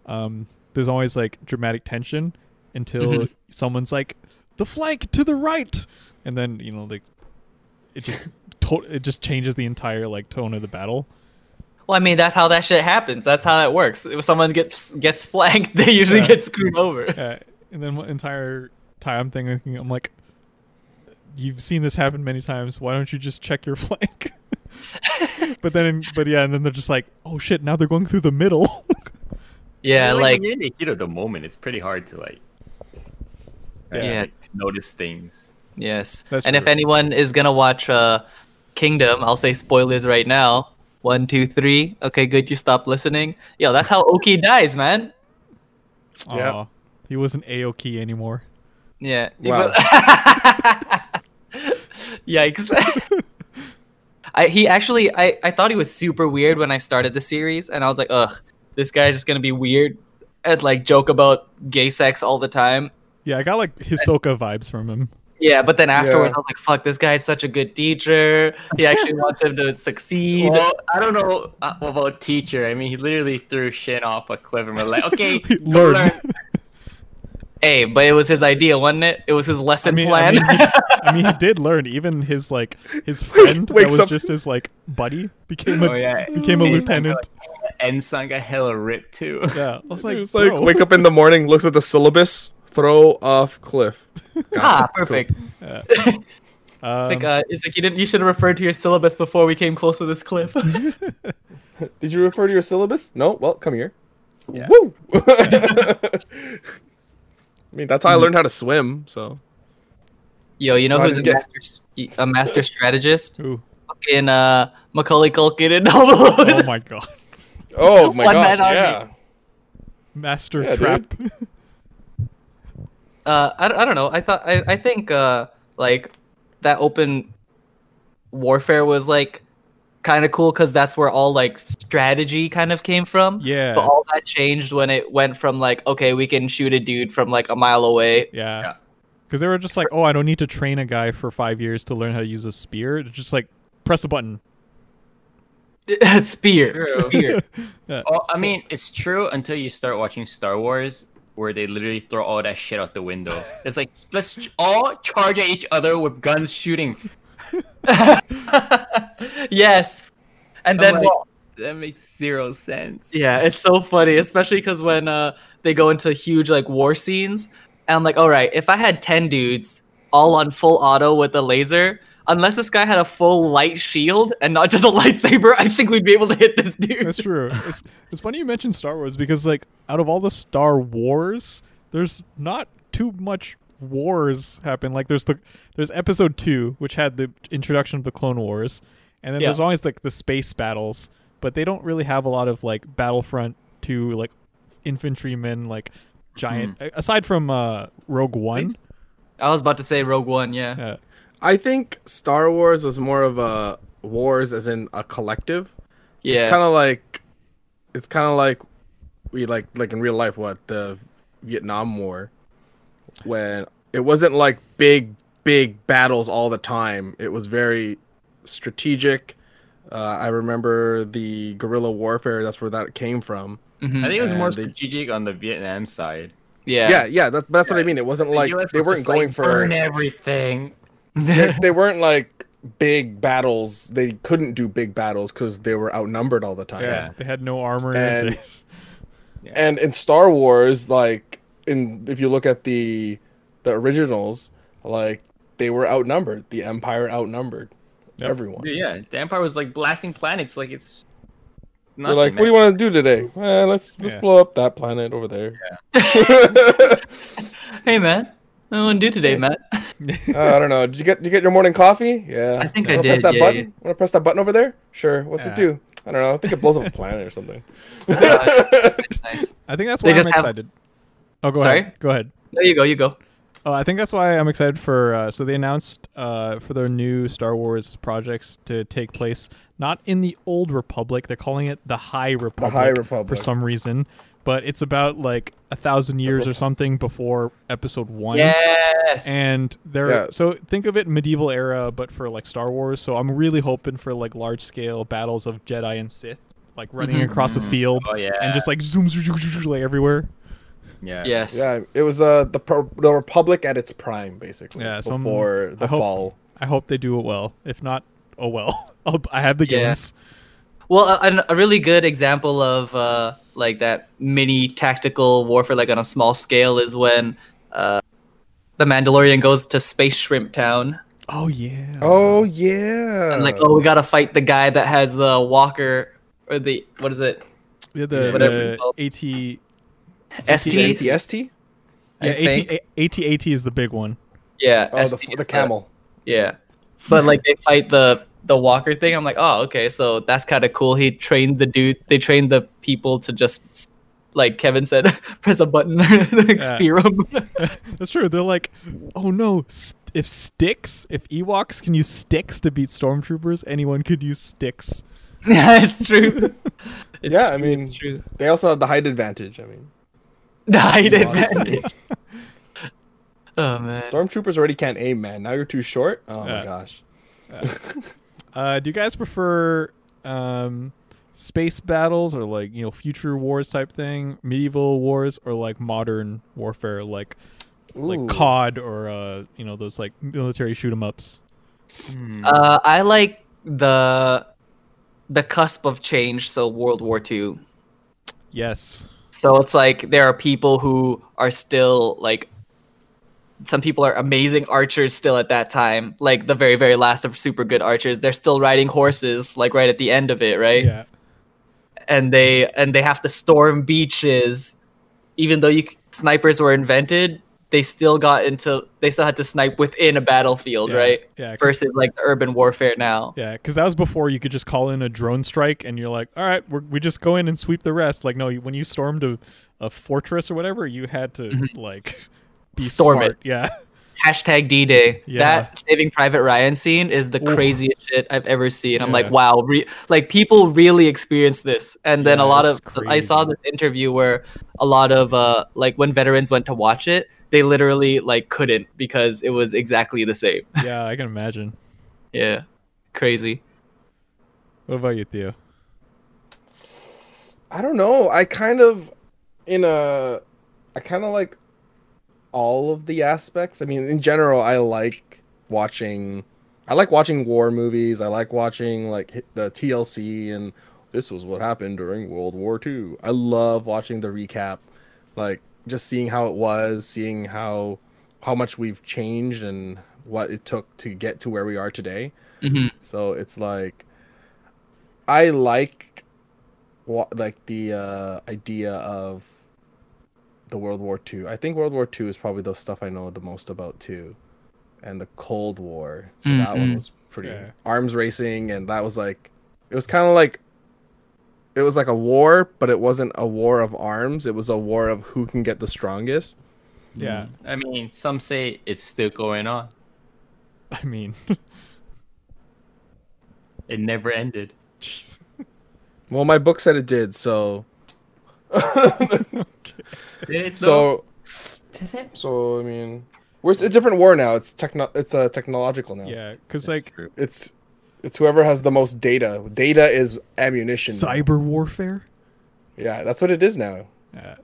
um, there's always like dramatic tension until someone's like, the flank to the right. And then, you know, like, it just. To- it just changes the entire like tone of the battle.
Well, I mean, that's how that shit happens. That's how it works. If someone gets gets flanked, they usually
Yeah.
get screwed over.
Uh, and then one entire time thing, I'm thinking- I'm like, you've seen this happen many times. Why don't you just check your flank? but then, but yeah, and then they're just like, oh shit, now they're going through the middle.
Yeah, like
when you're in the heat of the moment, it's pretty hard to like,
Yeah.
Yeah.
like, to notice things.
yes.
That's
and if
true.
anyone is gonna watch uh, Kingdom, I'll say spoilers right now. One, two, three. Okay, good. You stopped listening. Yo, that's how Oki dies, man.
Yeah.
Aw, he wasn't Aoki anymore.
Yeah.
Wow.
Yikes. I he actually I, I thought he was super weird when I started the series and I was like, ugh, this guy's just gonna be weird and like joke about gay sex all the time.
Yeah, I got like Hisoka vibes from him.
Yeah, but then afterwards
Yeah.
I was like, fuck, this guy's such a good teacher. He actually wants him to succeed.
Well, I don't know uh, about teacher. I mean, he literally threw shit off a cliff and we're like, okay, go
Learn.
hey, but it was his idea, wasn't it? It was his
I
lesson
mean, I
plan.
mean, he, I mean, he did learn. Even his like his friend that
Wakes
was
up.
just his like buddy became a
Oh, yeah.
became a
He's
lieutenant.
Ensign got hella ripped too.
Yeah, I was like,
Like, it's like
"Bro."
wake up in the morning, looks at the syllabus, throw off cliff. Got
ah,
it. Cool.
perfect.
Yeah.
It's
Um,
like uh, it's like you didn't you should have referred to your syllabus before we came close to this cliff.
Did you refer to your syllabus? No. Well, come here.
Yeah.
Woo! I mean, that's how I learned how to swim. So
Yo, you know
Why
who's a
didn't get-
master a master strategist?
ooh,
Fucking uh, Macaulay Culkin and all the
oh my god.
Oh my
One
gosh!
man army.
Yeah.
Master
Yeah,
Trap.
uh, I, don't- I don't know. I thought I, I think uh, like that open warfare was like kind of cool because that's where all like strategy kind of came from.
yeah.
But all that changed when it went from like okay, we can shoot a dude from like a mile away.
yeah.
Yeah.
Because they were just like, oh, I don't need to train a guy for five years to learn how to use a spear. It's Just like press a button.
spear,
True.
spear.
Oh, I mean, it's true until you start watching Star Wars, where they literally throw all that shit out the window. It's like let's ch- all charge at each other with guns shooting.
yes. And
I'm
then
like-
well,
That makes zero sense.
Yeah, it's so funny, especially because when uh, they go into huge like war scenes, and I'm like, all right, if I had ten dudes all on full auto with a laser, unless this guy had a full light shield and not just a lightsaber, I think we'd be able to hit this dude.
That's true. it's, it's funny you mentioned Star Wars because, like, out of all the Star Wars, there's not too much wars happen. Like, there's the there's Episode Two, which had the introduction of the Clone Wars, and then
Yeah.
there's always like the space battles, but they don't really have a lot of like Battlefront to like infantrymen like
Hmm.
giant a- aside from uh Rogue One. uh,
I was about to say Rogue One, yeah.
Yeah.
I think Star Wars was more of a wars as in a collective.
Yeah.
It's kind of like it's kind of like we like like in real life what the Vietnam War when it wasn't like big big battles all the time. It was very strategic. Uh, I remember the guerrilla warfare. That's where that came from.
Mhm.
I think it was more
And they-
strategic on the Vietnam side.
yeah.
Yeah, yeah. that, that's what I mean. It wasn't
The
like
US
they
was
weren't
just
going
like,
for
burn everything.
they, they weren't like big battles. They couldn't do big battles because they were outnumbered all the time.
Yeah.
They had no armor.
And-
And
And in Star Wars, like in if you look at the the originals, like they were outnumbered. The Empire outnumbered
Yep.
everyone.
Dude, yeah, the Empire was like blasting planets. Like it's
They're
nothing,
like, what do
man.
you want to do today? Eh, let's let's
Yeah.
blow up that planet over there.
Hey man, what want to do today, Matt?
Uh, I don't know. Did you get did you get your morning coffee? Yeah.
I think I
wanna Press
did,
that
yeah,
button.
yeah.
Want to press that button over there? Sure. What's
Yeah.
it do? I don't know. I think it blows up a planet or something.
Nice.
I think that's
They
why I'm
just have-
excited. Oh, go
Sorry?
ahead. Go ahead.
There you go. You go.
Oh, I think that's why I'm excited for. Uh, so they announced uh, for their new Star Wars projects to take place not in the Old Republic. They're calling it the High Republic.
High
for
Republic.
some reason, but it's about like a thousand years or something before Episode One.
Yes.
And they're
Yeah.
so think of it medieval era, but for like Star Wars. So I'm really hoping for like large scale battles of Jedi and Sith, like running across a field
Oh yeah.
and just like zoom, zoom, zoom, zoom, like everywhere.
yeah.
yes.
yeah, it was uh the pro- the Republic at its prime, basically.
Yeah, so I'm-
before the
I hope-
fall.
I hope they do it well. If not, oh well. I'll, I have the
Yeah.
games.
Well, a- a, a really good example of uh, like that mini tactical warfare, like on a small scale, is when uh, the Mandalorian goes to Space Shrimp Town
Oh yeah.
Oh yeah.
and like, oh, we gotta fight the guy that has the walker or the what is it?
yeah, the,
Whatever
the
it's called.
AT. Yeah,
ST.
the ST?
AT, AT AT is the big one.
Yeah.
Oh,
ST
the,
is
the camel.
yeah. But like they fight the the walker thing. I'm like, oh, okay, so that's kind of cool. He trained the dude. They trained the people to just. Like Kevin said, press a button and like,
Yeah.
spear 'em.
That's true. They're like, oh no, s- if sticks, if Ewoks can use sticks to beat stormtroopers, anyone could use sticks.
Yeah, it's true. It's
Yeah, I
true,
mean-
it's true.
They also had the height advantage. I mean,
Died
honestly.
advantage. Oh man.
stormtroopers already can't aim, man. Now you're too short. Oh
Yeah.
my gosh.
Uh, do you guys prefer um, space battles or like you know future wars type thing, medieval wars, or like modern warfare, like
Ooh.
like COD or uh, you know those like military shoot 'em ups?
Uh, I like the the cusp of change. So World War II.
Yes.
So it's like there are people who are still like some people are amazing archers still at that time. Like the very very last of super good archers, they're still riding horses. Like right at the end of it, right?
Yeah.
and they and they have to storm beaches even though you c- snipers were invented they still got into they still had to snipe within a battlefield
Yeah,
right
yeah, 'cause-
versus like the urban warfare now
Yeah, because that was before you could just call in a drone strike and you're like, all right, we're, we just go in and sweep the rest. Like, no, you- when you stormed a, a fortress or whatever, you had to, like, be
Mm-hmm. Storm it.
smart. Yeah.
hashtag d-day
Yeah.
that saving private ryan scene is the
Oof.
craziest shit i've ever seen i'm
Yeah.
like wow re- like people really experience this and then
Yeah,
a lot
it's
of i saw
crazy.
this interview where a lot of uh like when veterans went to watch it they literally like couldn't because it was exactly the same
Yeah, I can imagine.
yeah crazy
What about you, Theo?
I don't know. I kind of in a I kind of like all of the aspects. I mean, in general, I like watching I like watching war movies. I like watching like hi- the TLC and this was what happened during World War II. I love watching the recap, like just seeing how it was, seeing how how much we've changed and what it took to get to where we are today.
Mhm.
So it's like I like wa- like the uh, idea of the World War II. I think World War II is probably the stuff I know the most about too, and the Cold War. So that one
Mhm.
was pretty
Yeah.
arms racing, and that was like it was kind of like it was like a war, but it wasn't a war of arms. It was a war of who can get the strongest.
Yeah,
Mm. I mean, some say it's still going on.
I mean,
It never ended.
jeez.
Well, my book said it did, so
Did it though?
so so I mean, we're it's a different war now. It's techno. It's a uh, technological now.
Yeah, because, like,
true.
It's it's whoever has the most data. Data is ammunition.
cyber warfare?
Yeah, that's what it is now.
Yeah.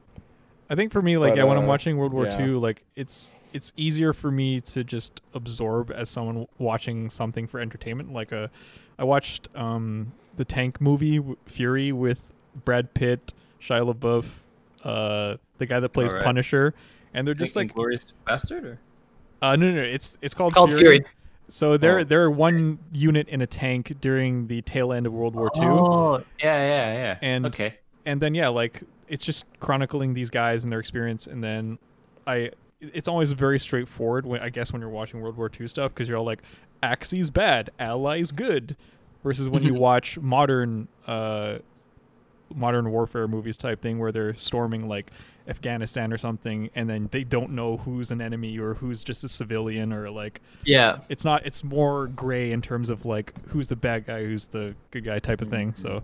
I think for me, like,
But,
yeah, when I'm
uh,
watching World War
yeah.
II, like, it's it's easier for me to just absorb as someone watching something for entertainment. Like, a, I watched um the tank movie w- Fury with Brad Pitt, Shia LaBeouf, uh, the guy that plays
Alright.
Punisher, and they're just like,
Glorious Bastard? Or?
uh, no, no, no, it's it's called,
Called Fury.
So they're
Oh.
they're one unit in a tank during the tail end of World War II.
Oh, yeah, yeah, yeah.
And-
okay.
and then yeah like it's just chronicling these guys and their experience and then i it's always very straightforward when i guess when you're watching world war ii stuff because you're all like axis bad allies good versus when you watch modern uh modern warfare movies type thing where they're storming like afghanistan or something and then they don't know who's an enemy or who's just a civilian or like
Yeah.
it's not it's more gray in terms of like who's the bad guy who's the good guy type of thing so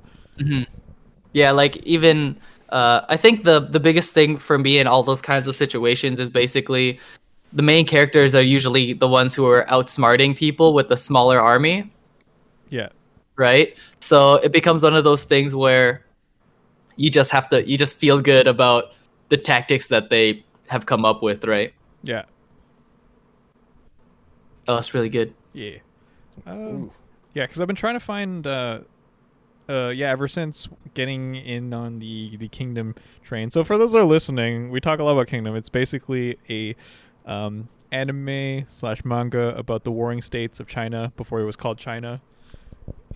Yeah, like even uh, I think the the biggest thing for me in all those kinds of situations is basically the main characters are usually the ones who are outsmarting people with a smaller army,
yeah
right? So it becomes one of those things where you just have to you just feel good about the tactics that they have come up with, right?
yeah
Oh, that's really good.
Yeah. Um, yeah, because I've been trying to find. Uh, uh, yeah, ever since getting in on the the Kingdom train. So for those that are listening, we talk a lot about Kingdom. It's basically a um, anime slash manga about the warring states of China before it was called China,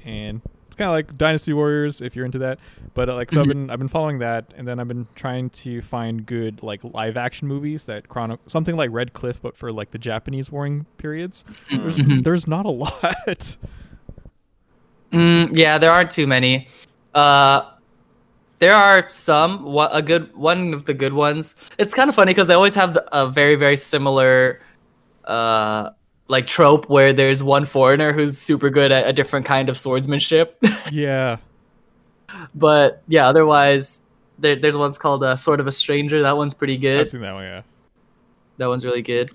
and it's kind of like Dynasty Warriors if you're into that. But uh, like, so I've been I've been following that, and then I've been trying to find good like live action movies that chrono something like Red Cliff, but for like the Japanese warring periods. There's,
Hmm.
there's not a lot.
Mm, yeah, there aren't too many. Uh, there are some. wha- A good one of the good ones. It's kind of funny because they always have the- a very very similar, uh, like trope where there's one foreigner who's super good at a different kind of swordsmanship.
yeah.
but yeah, otherwise, there, there's one's called uh, "Sort of a Stranger." That one's pretty good.
I've seen that one, yeah.
That one's really good.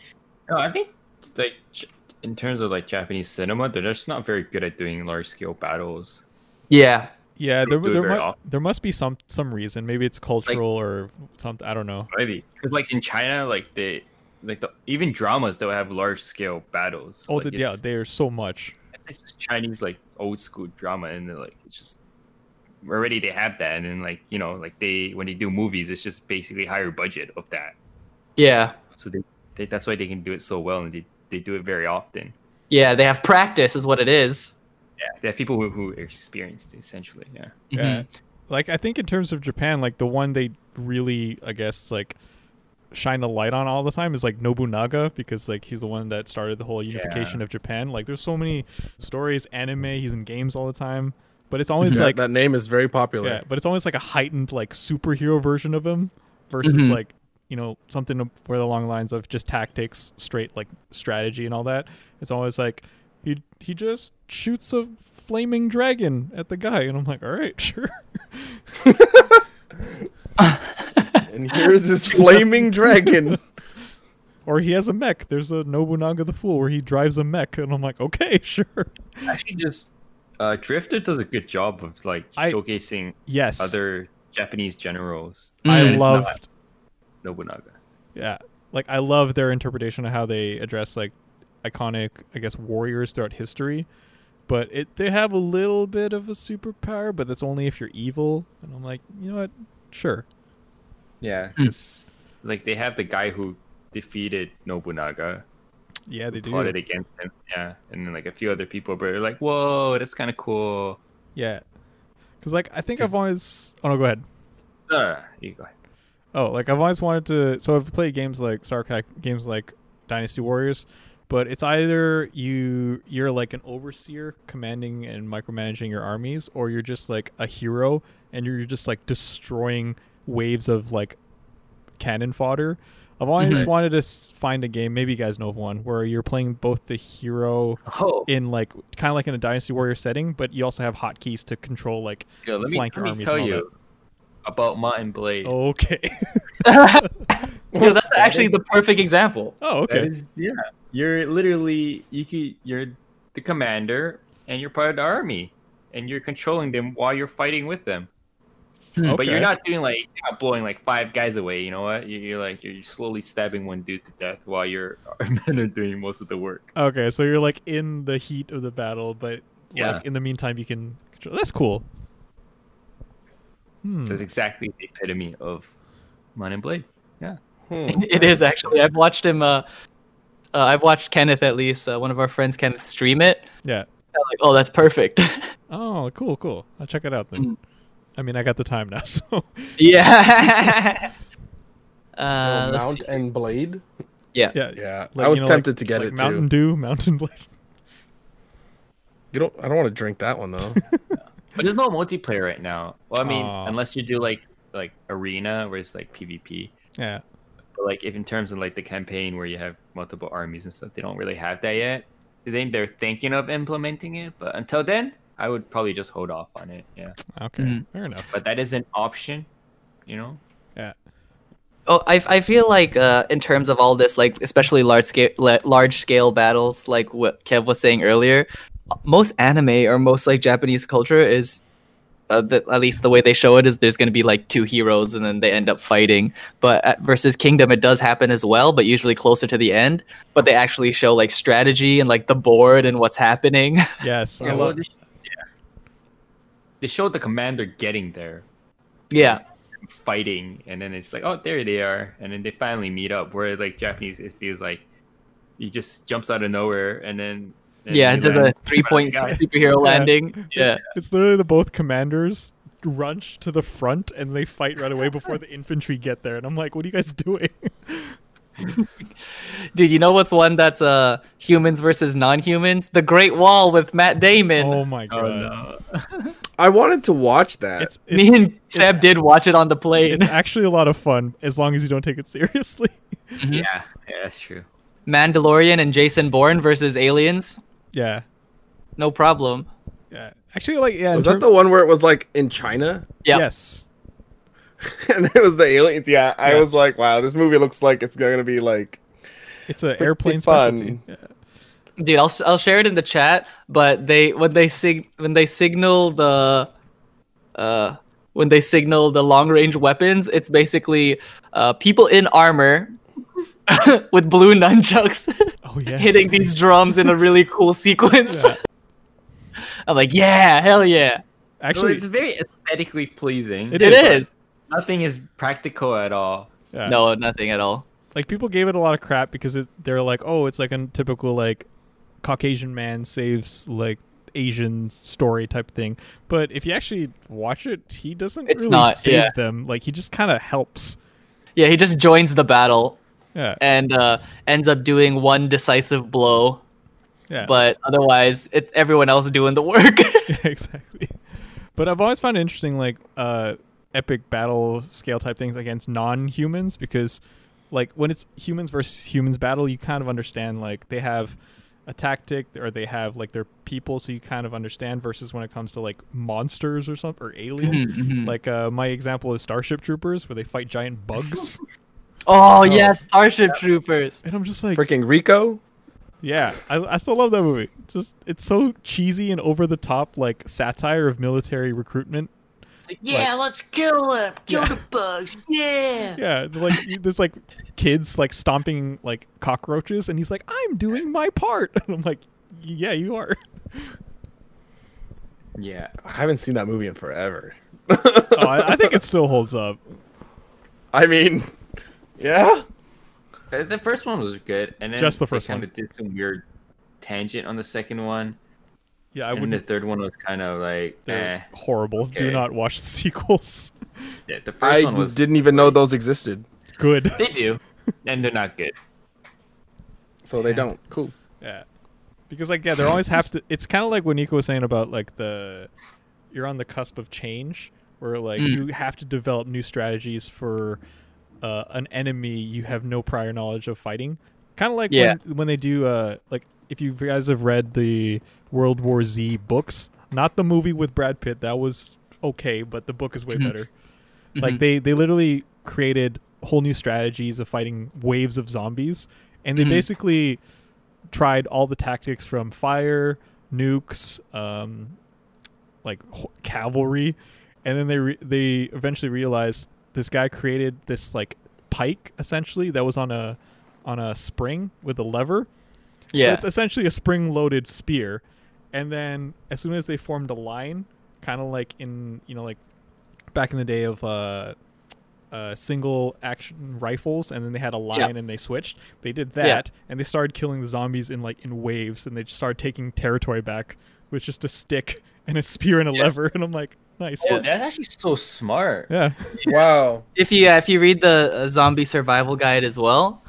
No, I think like J- in terms of like Japanese cinema, they're just not very good at doing large scale battles.
Yeah,
Yeah, there,
don't do it
there,
very
mu-
often.
there must be some some reason. Maybe it's cultural or something. I don't know.
Maybe because like in China, like they like the even dramas they'll have large scale battles.
Oh,
like,
the, yeah,
it's-
there's so much.
it's like just Chinese like old school drama, and they're like it's just already they have that, and then like you know like they when they do movies, it's just basically higher budget of that.
yeah,
So they, they that's why they can do it so well, and they, they do it very often.
yeah. They have practice, is what it is.
Yeah, they have people who who experienced it, essentially. Yeah.
Mm-hmm.
Yeah. Like I think in terms of Japan, like the one they really, I guess, like shine the light on all the time is like Nobunaga because like he's the one that started the whole unification of Japan. Like there's so many stories, anime. He's in games all the time, but it's always
Yeah,
like
that name is very popular.
Yeah, but it's almost like a heightened like superhero version of him versus
Mhm.
like you know something where along the lines of just tactics, straight like strategy and all that. It's always like he he just shoots a flaming dragon at the guy, and I'm like, all right, sure.
And here's this flaming dragon.
Or he has a mech. There's a Nobunaga the Fool where he drives a mech, and I'm like, okay, sure.
actually just uh, Drifter does a good job of like
I-
showcasing
Yes,
other Japanese generals.
I
And it's not
loved
Nobunaga.
yeah like i love their interpretation of how they address like iconic i guess warriors throughout history but it they have a little bit of a superpower but that's only if you're evil and i'm like you know what sure
Yeah,
Hmm.
'cause, like they have the guy who defeated Nobunaga,
yeah they
plotted
do
against him. Yeah, and then like a few other people, but they're like, whoa, that's kind of cool.
yeah because like i think
Cause-
i've always oh no go ahead
Uh, you go ahead.
Oh, like I've always wanted to. So I've played games like Starcraft, games like Dynasty Warriors, but it's either you you're like an overseer commanding and micromanaging your armies, or you're just like a hero and you're just like destroying waves of like cannon fodder. I've always
Mhm.
wanted to s- find a game. Maybe you guys know of one where you're playing both the hero
Oh,
in like kind of like in a Dynasty Warrior setting, but you also have hotkeys to control. Like
yeah, let me,
flank
let me
armies
tell
and all
you about Martin Blade.
okay,
Yo, Mm-hmm. that's actually the perfect example.
oh
That
okay,
is- yeah. You're literally you could, you're the commander and you're part of the army and you're controlling them while you're fighting with them.
Hmm.
But you're
Okay.
not doing like you're not blowing like five guys away. You know what? You're, you're like you're slowly stabbing one dude to death while your men are doing most of the work.
Okay, so you're like in the heat of the battle, but
Yeah.
like in the meantime you can control. That's cool. Hmm.
That's exactly the epitome of Mon and Blade.
Hmm.
it is actually. I've watched him. Uh, uh, I've watched Kenneth at least uh, one of our friends Kenneth stream it.
Yeah.
I'm like, oh, that's perfect.
Oh, cool, cool. I'll check it out then. I mean, I got the time now, so
yeah. uh,
Oh,
let's
Mount
see.
and Blade.
yeah.
yeah.
Yeah,
Like,
I was
you know,
tempted
like-
to get
like
it
Mountain
too.
Dew, Mountain Blade.
You don't. I don't want to drink that one though.
But there's no multiplayer right now. Well, I mean,
Aw.
unless you do like like arena where it's like PvP.
Yeah.
But like if in terms of like the campaign where you have multiple armies and stuff, they don't really have that yet. They think they're thinking of implementing it, but until then, I would probably just hold off on it. Yeah.
Okay.
Mhm.
Fair enough.
But that is an option, you know?
Yeah.
Oh, I, I feel like uh, in terms of all this, like especially large scale la- large scale battles, like what Kev was saying earlier, most anime or most like Japanese culture is, uh, the, at least the way they show it is there's going to be like two heroes and then they end up fighting. But at versus Kingdom, it does happen as well, but usually closer to the end. But they actually show like strategy and like the board and what's happening.
Yes. I
Yeah, well,
love
they sh- yeah. They showed the commander getting there,
yeah,
fighting, and then it's like, oh, there they are, and then they finally meet up. Where like Japanese, it feels like he just jumps out of nowhere, and then and
yeah,
he
it does a
lands
three point
by the guy.
superhero landing. Yeah.
It's literally the both commanders rush to the front and they fight right away before the infantry get there. And I'm like, what are you guys doing?
Dude, you know what's one that's uh humans versus non-humans? The Great Wall with Matt Damon.
oh my god.
Oh no!
I wanted to watch that.
It's
Me
it's,
and Seb did watch it on the plane.
it's actually a lot of fun as long as you don't take it seriously.
mm-hmm.
yeah, yeah, that's true.
Mandalorian and Jason Bourne versus aliens.
yeah.
No problem.
Yeah. Actually like yeah. in
was that
term-
the one where it was like in China
Yeah.
Yes.
and it was the aliens? Yeah, I
Yes.
was like, wow, this movie looks like it's gonna be like.
It's an airplane
fun.
specialty. Yeah.
Dude, I'll s- I'll share it in the chat, but they when they sig when they signal the uh when they signal the long range weapons, it's basically uh people in armor with blue nunchucks
Oh yeah.
hitting these drums in a really cool sequence.
Yeah.
I'm like, yeah, hell yeah.
Actually,
Actually
it's very aesthetically pleasing.
It
It is.
Nothing is practical at all.
yeah.
No, nothing at all.
like people gave it a lot of crap because it, they're like, oh, it's like a typical like Caucasian man saves like Asian story type thing. But if you actually watch it, he doesn't
It's
really
not-
save
yeah.
them. Like he just kind of helps.
Yeah, he just joins the battle
Yeah,
and uh, ends up doing one decisive blow,
yeah,
but otherwise it's everyone else doing the work.
exactly. But I've always found it interesting, like uh, epic battle scale type things against non-humans because, like, when it's humans versus humans battle, you kind of understand like they have a tactic or they have like their people, so you kind of understand. Versus when it comes to like monsters or something or aliens, like uh, my example is Starship Troopers where they fight giant bugs,
oh yes, Starship Troopers.
and I'm just like,
Freaking Rico.
yeah, I, I still love that movie. Just it's so cheesy and over the top, like satire of military recruitment.
Yeah, let's kill him. Kill the bugs. Yeah.
Yeah, like you- there's like kids like stomping like cockroaches, and he's like, "I'm doing my part," and I'm like, "Yeah, you are."
Yeah.
I haven't seen that movie in forever.
Oh, I, I think it still holds up.
I mean, yeah.
Uh, The first one was good, and then
Just the
they
first one.
kinda did some weird tangent on the second one,
Yeah, I
and the
wouldn't.
third one was kind of like, eh.
They're horrible. Do
okay.
not watch the sequels.
eh, Yeah, the first
I
one was
didn't even know those existed,
Good.
they do, and they're not good.
so they don't. Cool.
Yeah, because like yeah, they're always have to. It's kind of like what Nico was saying about like the you're on the cusp of change, where like you have to develop new strategies for uh, an enemy you have no prior knowledge of fighting. Kind of like
Yeah.
when, when they do uh like if you guys have read the World War Z books, not the movie with Brad Pitt. That was okay, but the book is way better. Like they they literally created whole new strategies of fighting waves of zombies, and they basically tried all the tactics from fire, nukes, um, like h- cavalry, and then they re- they eventually realized this guy created this like pike essentially that was on a on a spring with a lever. So
Yeah.
it's essentially a spring-loaded spear, and then as soon as they formed a line, kind of like in you know like back in the day of uh uh, single action rifles, and then they had a line and they switched. They did
Yeah.
that, and they started killing the zombies in like in waves, and they just started taking territory back with just a stick and a spear and a
Yeah.
lever. And I'm like, nice.
Oh, that's actually so smart.
Yeah.
Wow.
if you if you read the uh, zombie survival guide as well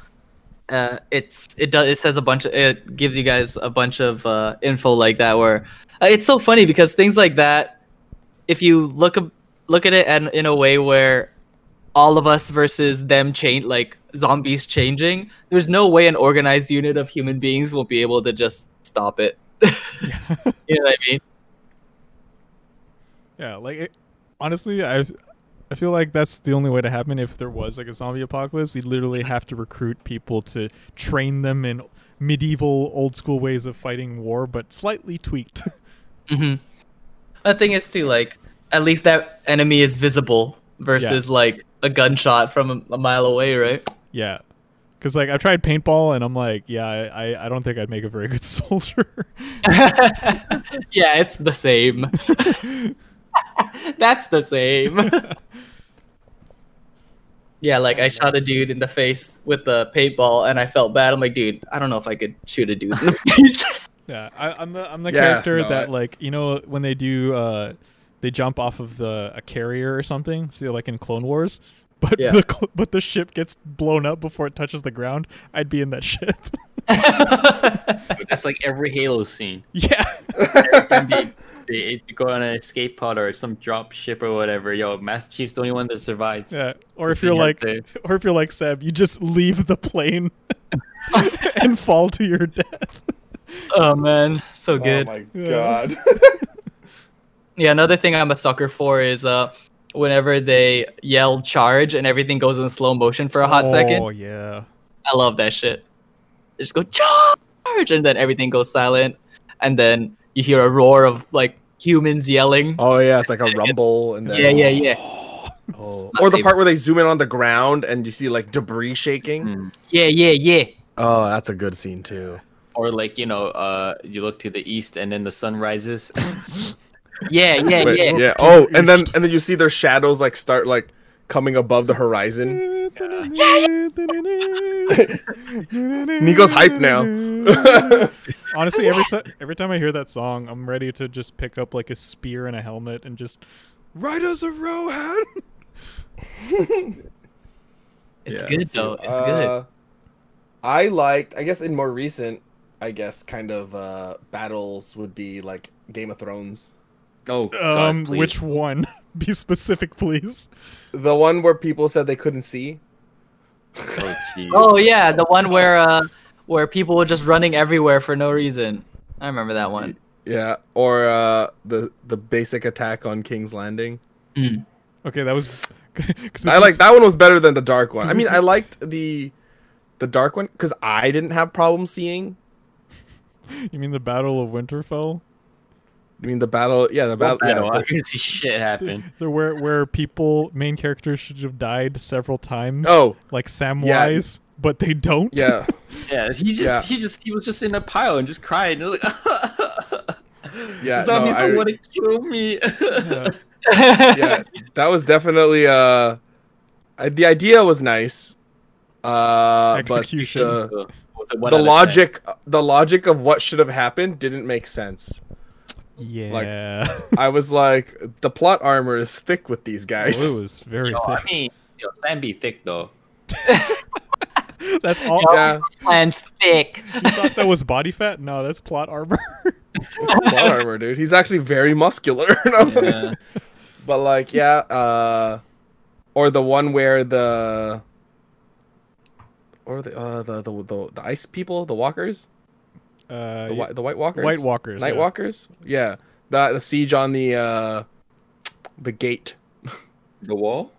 uh, it's it does it says a bunch of, it gives you guys a bunch of uh, info like that where uh, it's so funny because things like that if you look ab- look at it and in a way where all of us versus them change like zombies changing there's no way an organized unit of human beings will be able to just stop it you know what i mean
Yeah, like it, honestly, I I feel like that's the only way to happen if there was like a zombie apocalypse. You'd literally have to recruit people to train them in medieval, old school ways of fighting war, but slightly tweaked.
hmm The thing is too, like at least that enemy is visible versus like a gunshot from a, a mile away, right?
yeah, because like I've tried paintball, and I'm like, yeah, I I- I don't think I'd make a very good soldier.
yeah, it's the same. That's the same. yeah, like I shot a dude in the face with the paintball, and I felt bad. I'm like, dude, I don't know if I could shoot a dude in the face.
Yeah, I, I'm the I'm the
Yeah,
character
no,
that
I-
like you know when they do uh they jump off of the a carrier or something, see like in Clone Wars, but
Yeah.
the cl- but the ship gets blown up before it touches the ground. I'd be in that ship.
That's like every Halo scene.
yeah,
they, they go on an escape pod or some drop ship or whatever. Yo, Master Chief's the only one that survives.
yeah. Or if
Thing
you're
out
like,
there.
or if you're like Seb, you just leave the plane and fall to your death.
oh man, so good.
Oh my
Yeah.
god.
Yeah, another thing I'm a sucker for is uh whenever they yell charge and everything goes in slow motion for a hot second.
Oh yeah.
I love that shit. They just go charge and then everything goes silent and then you hear a roar of like humans yelling.
oh yeah, it's like a rumble and then
yeah, yeah, yeah.
Oh. Or the
My
part where they zoom in on the ground and you see like debris shaking.
Mm.
Yeah, yeah, yeah.
Oh, that's a good scene too.
Or like you know, uh, you look to the east and then the sun rises.
Yeah, yeah,
Wait,
yeah.
yeah. Oh, and then and then you see their shadows like start like coming above the horizon. Nico's hype now.
Honestly, every time every time I hear that song, I'm ready to just pick up like a spear and a helmet and just ride us a Rohan.
It's
Yeah, uh,
good though. It's good.
I liked, I guess, in more recent, I guess, kind of uh battles would be like Game of Thrones,
oh, God,
Um,
please.
which one? Be specific, please.
the one where people said they couldn't see.
Oh, jeez.
Oh yeah, the one where uh where people were just running everywhere for no reason. I remember that one.
Yeah, or uh the the basic attack on King's Landing.
Okay, that was. 'cause if
I
you
like
s-
that one was better than the dark one. I mean, I liked the the dark one because I didn't have problem seeing.
You mean the Battle of Winterfell?
I mean, the battle, yeah, the
What
battle, yeah,
battle? I
the-
can see shit happen.
The where where people main characters should have died several times.
Oh.
like Samwise, but they don't.
yeah.
Yeah, he just
Oh, Yeah.
he just he was just in a pile and just crying. Like,
Yeah,
zombies
no,
don't
I-
want to kill me.
Yeah.
yeah, that was definitely uh, I, the idea was nice. Uh,
Execution.
But the,
What's it, one
the
out of ten?
logic, the logic of what should have happened didn't make sense.
yeah.
I was like, the plot armor is thick with these guys.
Oh, it was very.
Yo, I
thick.
mean, yo, Sam be thick though.
That's all.
yeah,
Plans thick.
You thought that was body fat? No, that's plot armor.
it's plot armor, dude. He's actually very muscular. And I'm like-
Yeah.
But like, yeah, uh, or the one where the, or the uh, the, the the the ice people, the walkers,
Uh,
the, Whi- the white walkers,
White Walkers.
Night
yeah.
walkers, yeah. The, the siege on the uh, the gate,
the wall.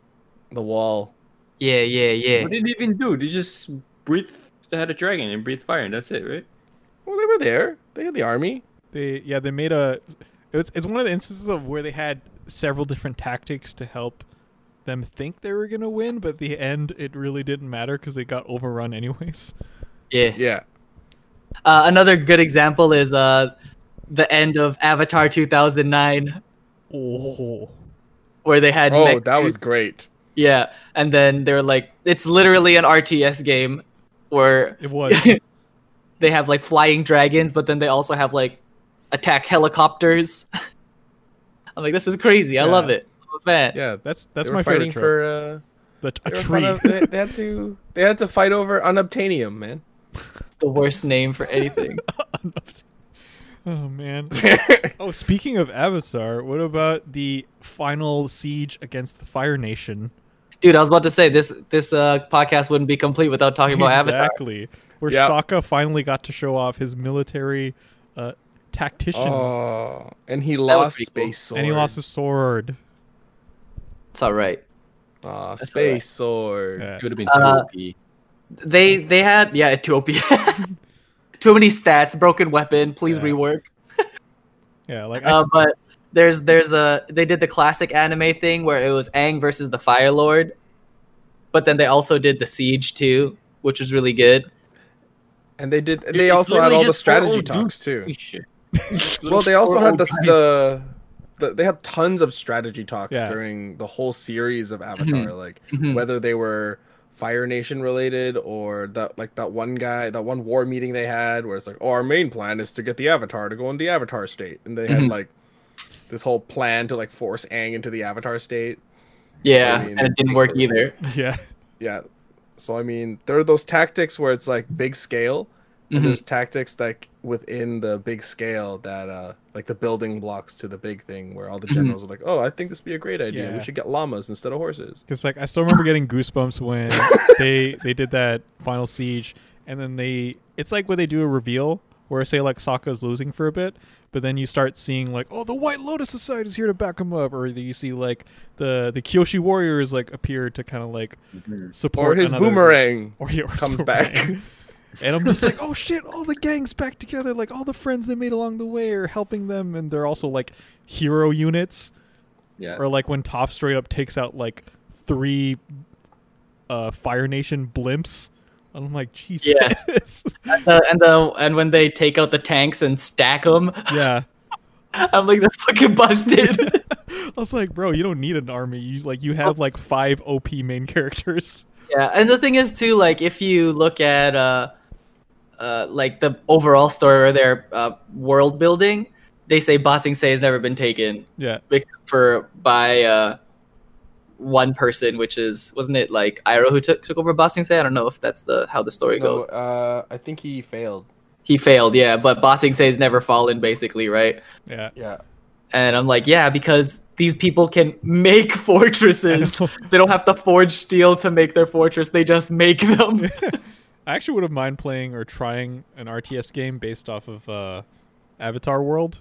the wall.
Yeah, yeah, yeah.
What did he even do? Did he just breathe? They had a dragon and breathe fire, and that's it, right?
Well, they were there. They had the army.
They yeah they made a. It was, it's one of the instances of where they had several different tactics to help them think they were gonna win, but at the end it really didn't matter because they got overrun anyways.
Yeah.
Yeah.
Uh, another good example is uh, the end of Avatar 2009,
Oh.
where they had
oh,
mech
that was
suits-
great.
Yeah, and then they're like, it's literally an RTS game where
It was.
they have like flying dragons, but then they also have like attack helicopters. I'm like, this is crazy. I
Yeah.
love it. I'm a fan.
Yeah,
That's that's
they
my
were
favorite
fighting
trope.
for. Uh,
the, a
they, were
tree.
fighting- they, they had to. They had to fight over unobtainium, man.
The worst name for anything.
oh man. Oh, speaking of Avatar, what about the final siege against the Fire Nation?
Dude, I was about to say this this uh, podcast wouldn't be complete without talking about Avatar.
exactly. Where
Yeah.
Sokka finally got to show off his military uh, tactician,
oh, and he
was
lost
pretty cool.
space sword.
and he lost his sword.
It's all right.
Aw, Ah, space sword.
Yeah.
It would have been
Uh,
too
They they had yeah, Ethiopia. Too many stats, broken weapon. Please
Yeah.
rework.
Yeah, like I
Uh,
Um,
s-
but there's there's a they did the classic anime thing where it was Aang versus the Fire Lord, but then they also did the siege too, which was really good.
And they did.
Dude,
they
it's
also had
literally
all the
just four
strategy
old
talks too.
Holy shit.
Well, they also
Little
had the,
four-old
the the they had tons of strategy talks
Yeah.
during the whole series of Avatar, like
Mhm.
whether they were Fire Nation related or that like that one guy that one war meeting they had where it's like, oh, our main plan is to get the Avatar to go into the Avatar state, and they had
Mhm.
like this whole plan to like force Aang into the Avatar state.
Yeah,
I mean,
and it didn't work either.
yeah,
Yeah, so I mean, there are those tactics where it's like big scale. And
Mhm.
there's tactics like within the big scale that uh like the building blocks to the big thing where all the
Mhm.
generals are like oh i think this would be a great idea
Yeah.
we should get llamas instead of horses
because like I still remember getting goosebumps when they they did that final siege, and then they it's like when they do a reveal where say like Sokka's losing for a bit, but then you start seeing like oh the White Lotus Society is here to back him up, or you see like the the Kyoshi warriors like appear to kind of like
Mm-hmm. or
support
his
another-
boomerang
or yours
comes
were
back.
right. And I'm just like, oh shit, all the gangs back together, like all the friends they made along the way are helping them and they're also like hero units.
Yeah.
Or like when Toph straight up takes out like three uh Fire Nation blimps. And I'm like, Jesus.
And the, Uh, and the and when they take out the tanks and stack them,
yeah.
I'm like, that's fucking busted.
I was like, bro, you don't need an army. You like you have like five OP main characters.
yeah, and the thing is too, like if you look at uh, uh, like the overall story or their uh, world building, they say Bossing Se has never been taken.
Yeah.
bec- for by uh, one person, which is wasn't it like Iroh who took took over Bossing Se? I don't know if that's the how the story
no,
goes.
uh i think he failed
He failed, yeah, but Bossing Se's never fallen, basically, right?
Yeah.
yeah
And I'm like, yeah, because these people can make fortresses.
I know.
they don't have to forge steel to make their fortress; they just make them.
I actually would have mind playing or trying an RTS game based off of uh Avatar World.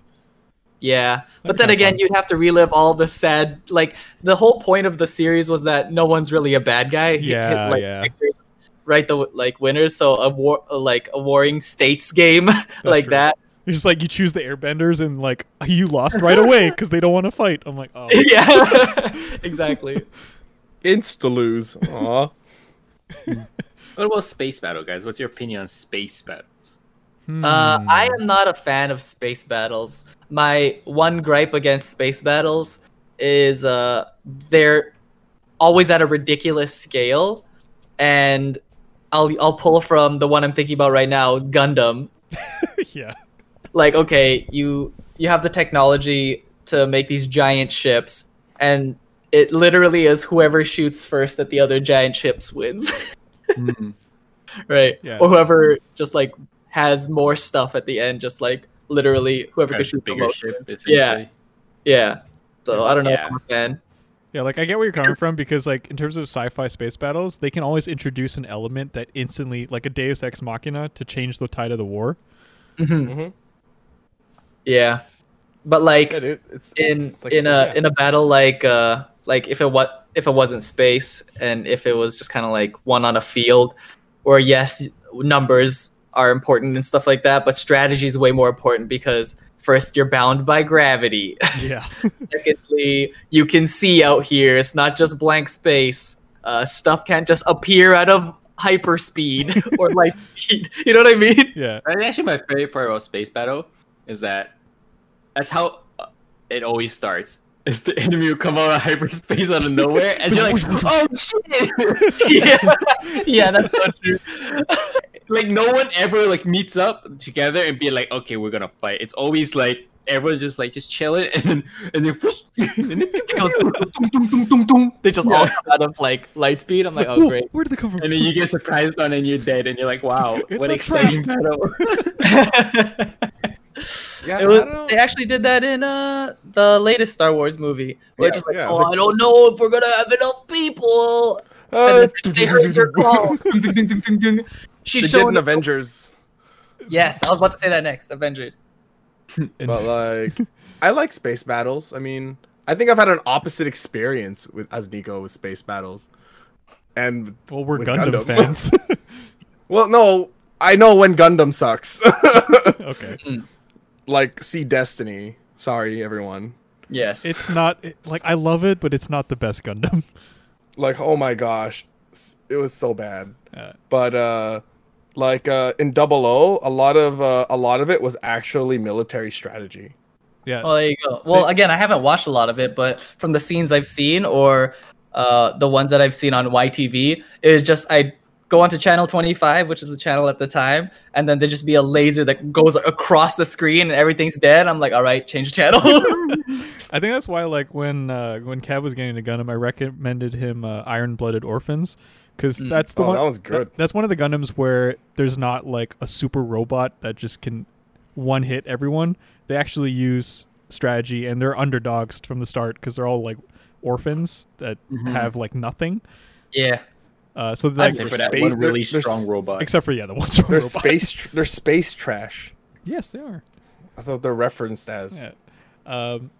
Yeah,
That'd
but
be
then
kinda
again,
fun.
you'd have to relive all the sad. Like the whole point of the series was that no one's really a bad guy. He- he-
Yeah,
like,
yeah.
victors, right, the like winners. So a war, like a warring states game like
right.
that.
It's just like you choose the airbenders and like you lost right away because they don't want to fight. I'm like, oh,
yeah, exactly.
insta lose Aw.
What about space battle, guys? What's your opinion on space battles?
hmm.
Uh, I am not a fan of space battles. My one gripe against space battles is uh, they're always at a ridiculous scale, and I'll I'll pull from the one I'm thinking about right now, Gundam.
yeah,
Like, okay, you you have the technology to make these giant ships, and it literally is whoever shoots first at the other giant ships wins, right?
Yeah.
Or whoever just like has more stuff at the end, just like literally whoever can
Has
shoot the
bigger
most.
ship,
Yeah.
essentially.
Yeah. So I don't know
Yeah.
if I'm a fan.
yeah. Like I get where you're coming from because like in terms of sci-fi space battles, they can always introduce an element that instantly, like a Deus Ex Machina, to change the tide of the war.
Mhm.
Mm-hmm. Yeah. But like
Yeah, dude, it's
in
it's like-
in a
yeah.
in a battle like uh like if it what if it wasn't space and if it was just kind of like one on a field or yes numbers are important and stuff like that but strategy is way more important because first you're bound by gravity
Yeah,
secondly you can see out here it's not just blank space uh, stuff can't just appear out of hyperspeed or light speed you know what i mean
yeah,
I think actually my favorite part about space battle is that that's how uh, it always starts. Is the enemy will come out of hyperspace out of nowhere, and you're like, oh shit!
yeah, yeah, that's so true.
like no one ever like meets up together and be like, okay, we're gonna fight. It's always like everyone's just like just chilling, and then and then, and then
Goes, "Dum, dum, dum, dum, dum." They just all come out of like light speed. I'm like, oh
Ooh,
great.
Where did they come from?
and then you get surprised on and you're dead, and you're like, wow,
It's
what
a
exciting battle!
Yeah,
It was, they actually did that in uh the latest Star Wars movie. Where
Yeah,
just like,
yeah,
oh,
it's
I don't know if we're gonna have enough people.
Uh,
And then they heard your call. Uh, Ding, ding, ding, ding, ding.
they
She's
did
showing
in Avengers,
Yes, I was about to say that next. Avengers.
but like, I like space battles. I mean, I think I've had an opposite experience with as Nico with space battles, and
well, we're
with
Gundam,
Gundam.
fans.
well, no, I know when Gundam sucks.
okay,
like, see Destiny. Sorry, everyone.
yes,
it's not it- like I love it, but it's not the best Gundam.
Like, oh my gosh, s- it was so bad.
Uh,
but uh like uh in double o a lot of uh, a lot of it was actually military strategy
yeah,
Oh, there you go. Well,
So-
again, I haven't watched a lot of it, but from the scenes I've seen or uh, the ones that I've seen on YTV, it's just I go onto channel 25, which is the channel at the time, and then there'd just be a laser that goes across the screen and everything's dead. I'm like, all right, change channel.
I think that's why, like when uh, when Cav was getting a Gundam, I recommended him uh, Iron Blooded Orphans because
Mm.
that's the
Oh,
one
that was good.
that's one of the Gundams where there's not like a super robot that just can one hit everyone. They actually use strategy and they're underdogs from the start because they're all like orphans that
Mm-hmm.
have like nothing.
yeah.
Uh, so
I'd
like,
except for
There's
that
space-
one really
there- there's-
strong robot.
except for yeah, the ones from
they're
robot.
space tr- they're space trash
Yes, they are.
i thought they're referenced as
Yeah. Um,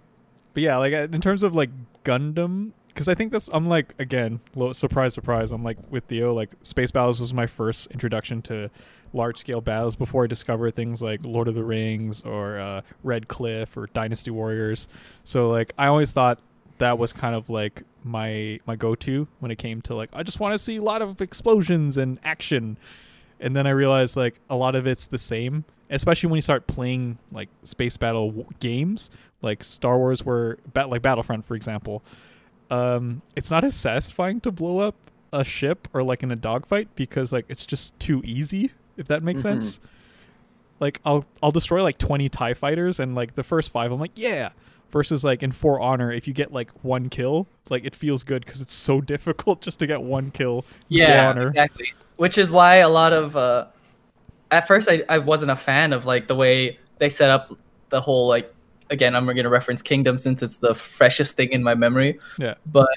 but yeah, like uh, in terms of like Gundam, because I think that's I'm like again, lo- surprise, surprise. I'm like with Theo. Like space battles was my first introduction to large scale battles before I discovered things like Lord of the Rings or uh, Red Cliff or Dynasty Warriors. So like I always thought that was kind of like my my go to when it came to like I just want to see a lot of explosions and action and then I realized like a lot of it's the same, especially when you start playing like space battle w- games, like Star Wars, where bat- like Battlefront, for example. Um, it's not as satisfying to blow up a ship or like in a dogfight because like it's just too easy. If that makes sense. Like I'll I'll destroy like twenty Tie fighters and like the first five I'm like yeah. Versus like in For Honor, if you get like one kill, like it feels good because it's so difficult just to get one kill. in For
Yeah,
Honor.
exactly. Which is why a lot of uh, at first I, I wasn't a fan of like the way they set up the whole like again I'm gonna reference Kingdom since it's the freshest thing in my memory.
Yeah.
But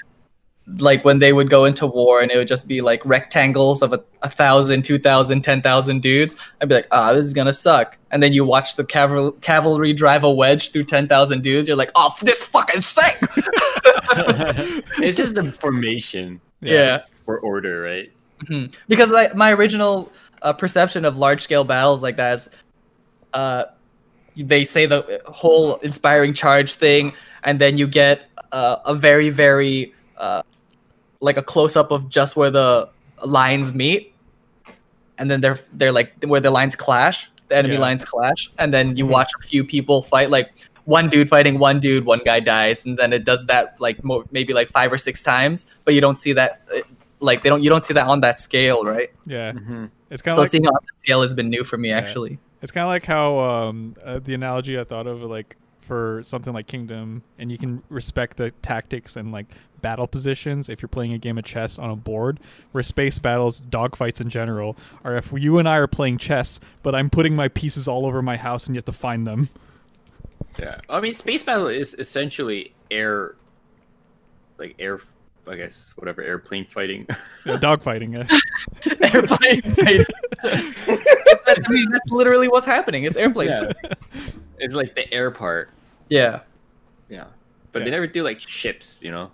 like when they would go into war and it would just be like rectangles of a, a thousand, two thousand, ten thousand dudes, I'd be like, ah, this is gonna suck. And then you watch the caval- cavalry drive a wedge through ten thousand dudes, you're like, oh, this fucking sick.
it's just the formation
yeah.
or order, right?
Mhm. Because like my original uh, perception of large scale battles like that is, uh, they say the whole inspiring charge thing, and then you get uh, a very very uh, like a close up of just where the lines meet, and then they're they're like where the lines clash, the enemy
Yeah.
lines clash, and then you watch a few people fight like. One dude fighting one dude, one guy dies, and then it does that like mo- maybe like five or six times, but you don't see that uh, like they don't you don't see that on that scale, right?
Yeah.
Mhm.
It's kind of
so
like,
seeing it on that scale has been new for me
Yeah.
actually.
It's kind of like how um, uh, the analogy I thought of, like for something like Kingdom, and you can respect the tactics and like battle positions if you're playing a game of chess on a board. Where space battles, dogfights in general, are if you and I are playing chess, but I'm putting my pieces all over my house and you have to find them.
I mean, space battle is essentially air, like air, I guess whatever airplane fighting.
Yeah, dogfighting. Yeah.
airplane fight. I mean, that's literally what's happening. It's airplane. Yeah.
yeah, it's like the air part.
yeah.
Yeah, but
Yeah.
they never do like ships, you know.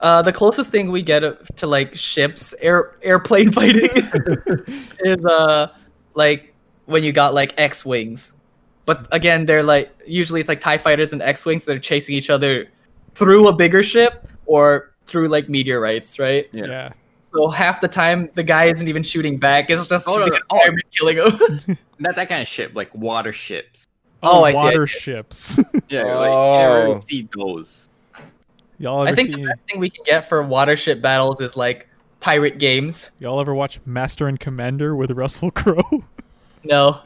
Uh, the closest thing we get of- to like ships air airplane fighting is uh like when you got like X wings, but again they're like usually it's like Tie fighters and X wings that are chasing each other through a bigger ship or through like meteorites, right?
Yeah.
yeah.
So half the time the guy isn't even shooting back; it's just
Oh, no,
the
no.
environment killing him.
Not that kind of ship, like water ships.
Oh, I see, I
water
see.
ships.
Yeah, like you
Oh.
never see those.
y'all ever
I think
seen,
the best thing we can get for warship battles is like pirate games.
y'all ever watch Master and Commander with Russell Crowe?
No,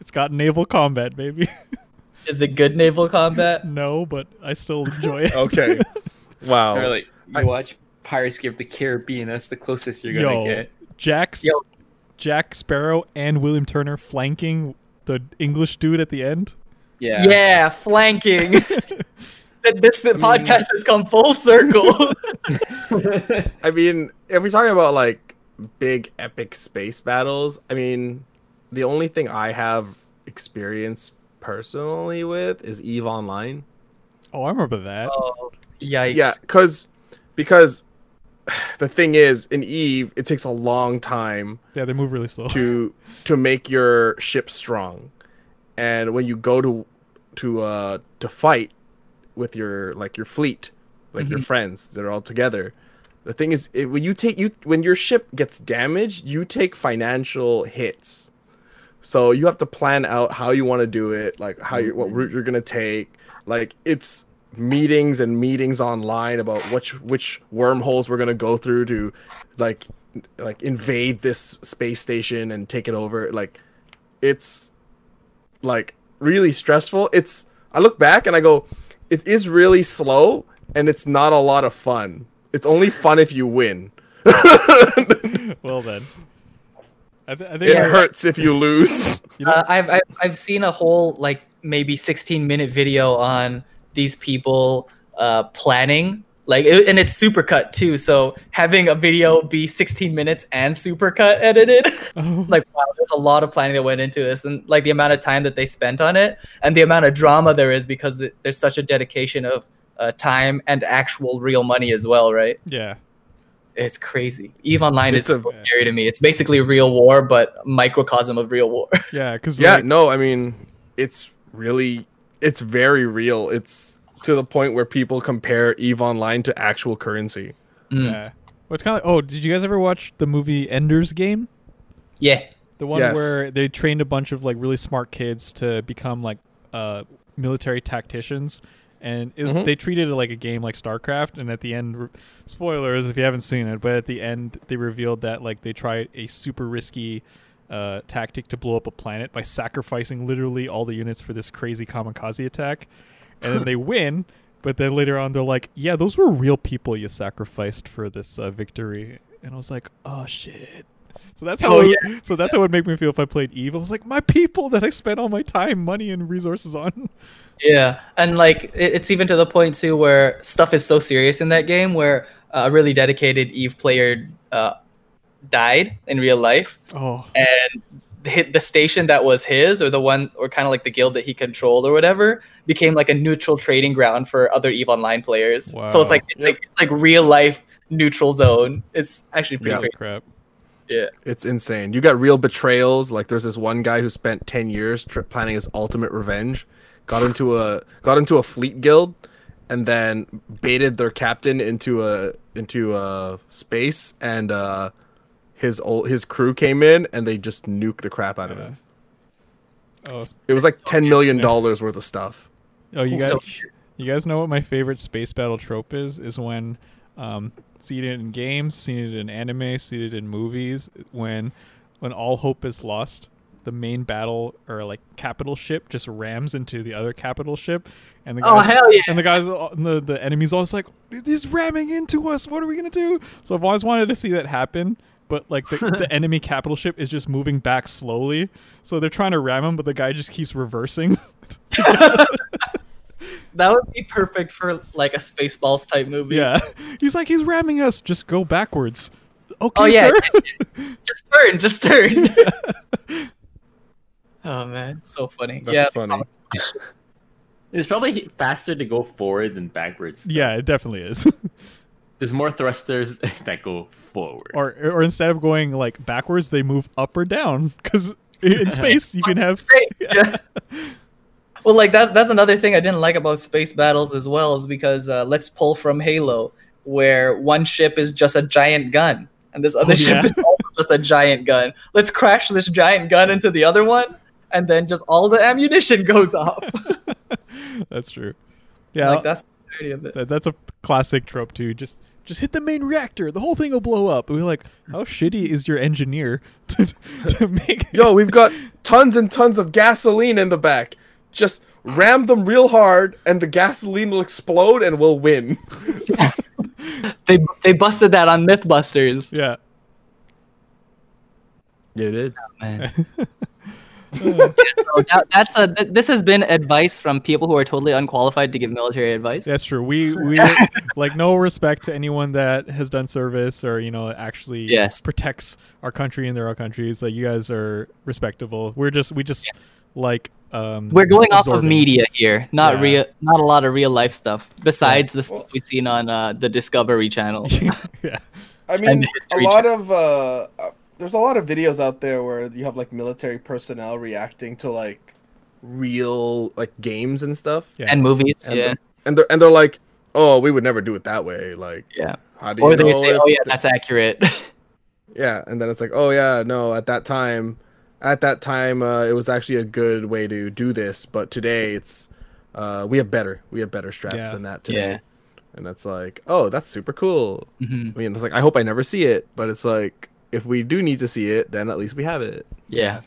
it's got naval combat, baby.
is it good naval combat?
no, but I still enjoy it.
Okay. Wow.
Or like you
Oh. I-
watch Pirates of the Caribbean. That's the closest you're gonna
Yo,
get.
Jack,
Yo.
Jack Sparrow and William Turner flanking the English dude at the end.
Yeah, flanking. That this podcast has come full circle.
Yeah.
I mean, if we're talking about like big epic space battles, I mean, the only thing I have experience personally with is Eve Online.
Oh, I remember that.
oh, yikes!
Yeah, because because the thing is in Eve, it takes a long time
Yeah, they move really slow.
to to make your ship strong, and when you go to to uh to fight with your like your fleet, like your friends, they're all together. The thing is, it, when you take you when your ship gets damaged, you take financial hits. So you have to plan out how you want to do it, like how you what route you're gonna take. Like it's meetings and meetings online about which which wormholes we're gonna go through to, like, like invade this space station and take it over. Like, it's like really stressful. It's I look back and I go, it is really slow and it's not a lot of fun. It's only fun if you win. it
well then, I, th- I think I-
hurts if you lose.
you know,
Uh, I've, I've I've seen a whole like maybe 16 minute video on these people uh, planning like it, and it's supercut too. So having a video be 16 minutes and supercut edited,
oh,
like wow, there's a lot of planning that went into this, and like the amount of time that they spent on it, and the amount of drama there is because it, there's such a dedication of uh, time and actual real money as well, right?
yeah.
It's crazy. Eve Online
It's
is
a-
so scary to me. It's basically real war, but microcosm of real war.
Yeah, because
Yeah, no, I mean, it's really, it's very real. It's to the point where people compare Eve Online to actual currency.
Mm.
yeah. Well, it's kind of. Oh, did you guys ever watch the movie Ender's Game?
Yeah.
The one
Yes.
where they trained a bunch of like really smart kids to become like uh, military tacticians, and is they treated it like a game like StarCraft. And at the end, re- spoilers if you haven't seen it, but at the end they revealed that like they tried a super risky uh, tactic to blow up a planet by sacrificing literally all the units for this crazy kamikaze attack, and then they win. But then later on, they're like, "Yeah, those were real people you sacrificed for this uh, victory." And I was like, "Oh shit." So that's how.
Oh,
it- So that's how it would make me feel if I played Eve. I was like, my people that I spent all my time, money, and resources on.
Yeah, and like it, it's even to the point too where stuff is so serious in that game where a really dedicated Eve player uh, died in real life,
Oh,
and hit the station that was his or the one or kind of like the guild that he controlled or whatever became like a neutral trading ground for other Eve Online players. So
Wow.
it's like it's, like it's like real life neutral zone. It's actually pretty
Yeah.
great.
Oh, crap!
Yeah.
It's insane. You got real betrayals. Like there's this one guy who spent ten years tri- planning his ultimate revenge, got into a got into a fleet guild, and then baited their captain into a into a space, and uh, his old his crew came in and they just nuked the crap out of him.
Oh,
It was like ten million dollars worth of stuff.
oh, you guys,
So-
you guys know what my favorite space battle trope is? Is when, um, seen it in games, seen it in anime, seen it in movies. When, when all hope is lost, the main battle or like capital ship just rams into the other capital ship, and the guys,
Oh hell yeah!
And the guys, and the the enemies, always like, "He's ramming into us. What are we gonna do?" So I've always wanted to see that happen, but like the, the enemy capital ship is just moving back slowly, so they're trying to ram him, but the guy just keeps reversing.
That would be perfect for like a Spaceballs type movie.
yeah, he's like, "He's ramming us. Just go backwards." Okay,
Oh yeah,
sir.
just turn, just turn. oh man, so funny. yeah,
It's probably faster to go forward than backwards.
yeah, it definitely is.
There's more thrusters that go forward.
or or instead of going like backwards, they move up or down because in space you can have.
Space, yeah. well, like that's that's another thing I didn't like about space battles as well is because uh, let's pull from Halo, where one ship is just a giant gun and this other
Oh, yeah.
ship is also just a giant gun. Let's crash this giant gun into the other one. and then just all the ammunition goes off.
that's true. Yeah,
like that's the entirety of it.
that, that's a classic trope too. Just just hit the main reactor. The whole thing will blow up. And we're like, how shitty is your engineer to, to make?
Yo, we've got tons and tons of gasoline in the back. Just ram them real hard, and the gasoline will explode, and we'll win.
They they busted that on MythBusters.
Yeah.
Yeah, did.
Man. so that, that's a th- this has been advice from people who are totally unqualified to give military advice.
That's true. We we like no respect to anyone that has done service or you know actually
Yes.
protects our country and their own countries. Like you guys are respectable. We're just we just like um
We're going off of
absorbing.
media here, not
Yeah.
real, not a lot of real life stuff. Besides the stuff we've seen on uh, the Discovery Channel.
yeah.
I
And
mean, a
history
lot of uh, uh, there's a lot of videos out there where you have like military personnel reacting to like real like games and stuff,
Yeah.
and movies.
And
yeah,
and they're and they're like, oh, we would never do it that way. Like,
yeah.
how do you
Or
know?
they say,
if
"Oh yeah,
th-
that's accurate."
yeah, and then it's like, oh yeah, no, at that time, at that time, uh, it was actually a good way to do this, but today it's, uh, we have better, we have better strats
Yeah.
than that today,
yeah.
and it's like, oh, that's super cool.
hmm
I mean, it's like I hope I never see it, but it's like if we do need to see it, then at least we have it.
yeah,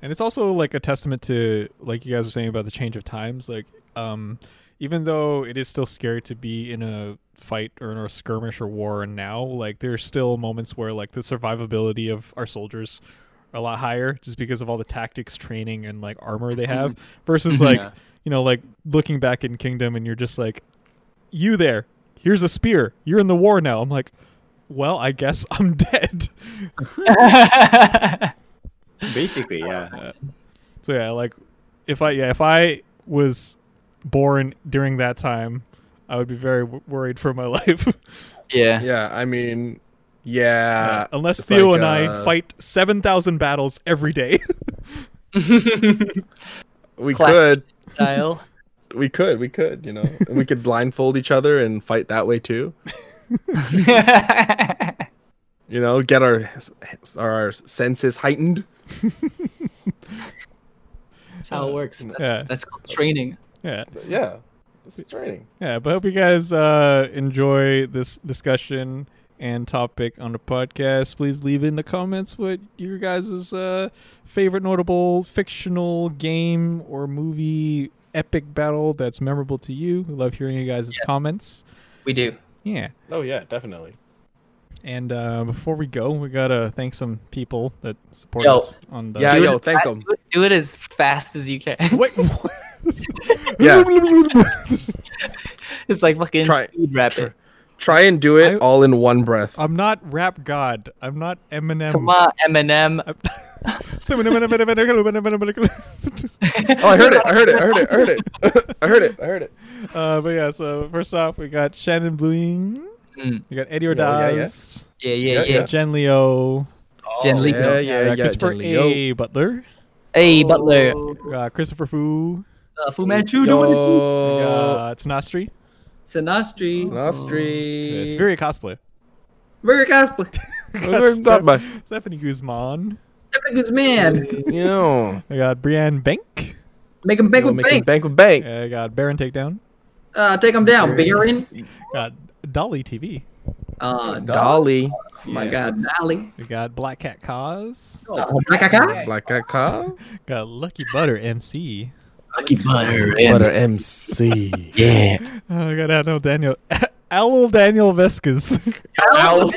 And it's also like a testament to like you guys were saying about the change of times. Like, um, even though it is still scary to be in a fight or in a skirmish or war now, like there's still moments where like the survivability of our soldiers are a lot higher just because of all the tactics, training, and like armor they have versus like
Yeah.
you know like looking back in Kingdom and you're just like, you there, here's a spear, you're in the war now. I'm like, well, I guess I'm dead.
Basically, yeah.
So yeah, like if I yeah if I was born during that time, I would be very w- worried for my life.
yeah,
Yeah, I mean, yeah.
Unless
it's
Theo
like,
and
uh,
I fight seven thousand battles every day.
we
Clash.
could,
style.
we could, we could, you know, and we could blindfold each other and fight that way too. You know, get our our senses heightened.
That's how it works. That's,
Yeah.
that's called training.
yeah,
Yeah, this is training.
yeah. But I hope you guys uh, enjoy this discussion and topic on the podcast. Please leave in the comments what your guys' uh, favorite notable fictional game or movie epic battle that's memorable to you. We love hearing you guys' comments.
We do.
Yeah.
Oh yeah, definitely.
And uh, before we go, we gotta thank some people that support
Yo.
us on the.
Yeah,
Dude,
yo, thank
I-
them.
Do it, do it as fast as you can.
Wait, what?
Yeah.
it's like fucking
Try-
speed rap
try-
it.
Try and do it
I-
all in one breath.
I'm not rap god. I'm not Eminem.
Come on, Eminem.
I'm- uh,
Oh, I heard it! I heard it! I heard it! I heard it! I heard it! I heard it!
Uh, but yeah, so first off, we got Shannon Bluing.
Mm.
We got Eddie
yeah, yeah.
Ordaz.
Yeah, yeah,
Yeah,
yeah.
yeah.
Jen Leo.
Jen Lee.
Oh, yeah, yeah,
we got
yeah,
Christopher
Jen Leo.
A. Butler.
Hey, Butler.
We got Christopher Fu.
Uh, Fu Manchu doing
We
it.
Yo,
got Tanastri.
Sinastri.
Nostri.
It's very cosplay.
Very cosplay.
We
Where
got
is that by?
Steph- Stephanie Guzman.
Stephanie man.
Yeah.
I got Brianne Bank.
Make him beg
We'll
with
make it
bank.
bank with bank.
I Uh, got Baron Takedown.
Uh, take him down, Baron.
Got Dolly TV.
Uh,
Dolly.
oh my God, Dolly.
We got Black Cat Cause.
Oh, Black Cat.
Black Cat Car.
Got Lucky Butter MC.
Lucky Butter.
Butter MC.
Yeah.
Oh, I got Admiral Daniel. Owl Daniel Vescas.
Owl.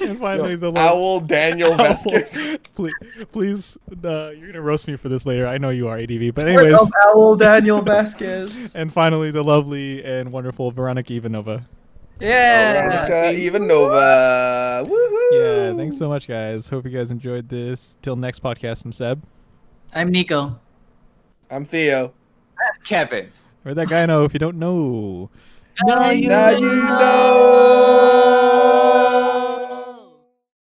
and finally, the last.
Owl Daniel Vasquez.
Please, please uh, you're going to roast me for this later. I know you are, ADV. But,
Anyways.
anyways.
Owl Daniel Vasquez.
And finally, the lovely and wonderful Veronica Ivanova.
Yeah.
Ivanova. Woohoo.
Yeah, thanks so much, guys. Hope you guys enjoyed this. Till next podcast, I'm Seb.
I'm Nico.
I'm Theo.
Kevin.
Or that guy know if you don't know.
Now
Now
you know.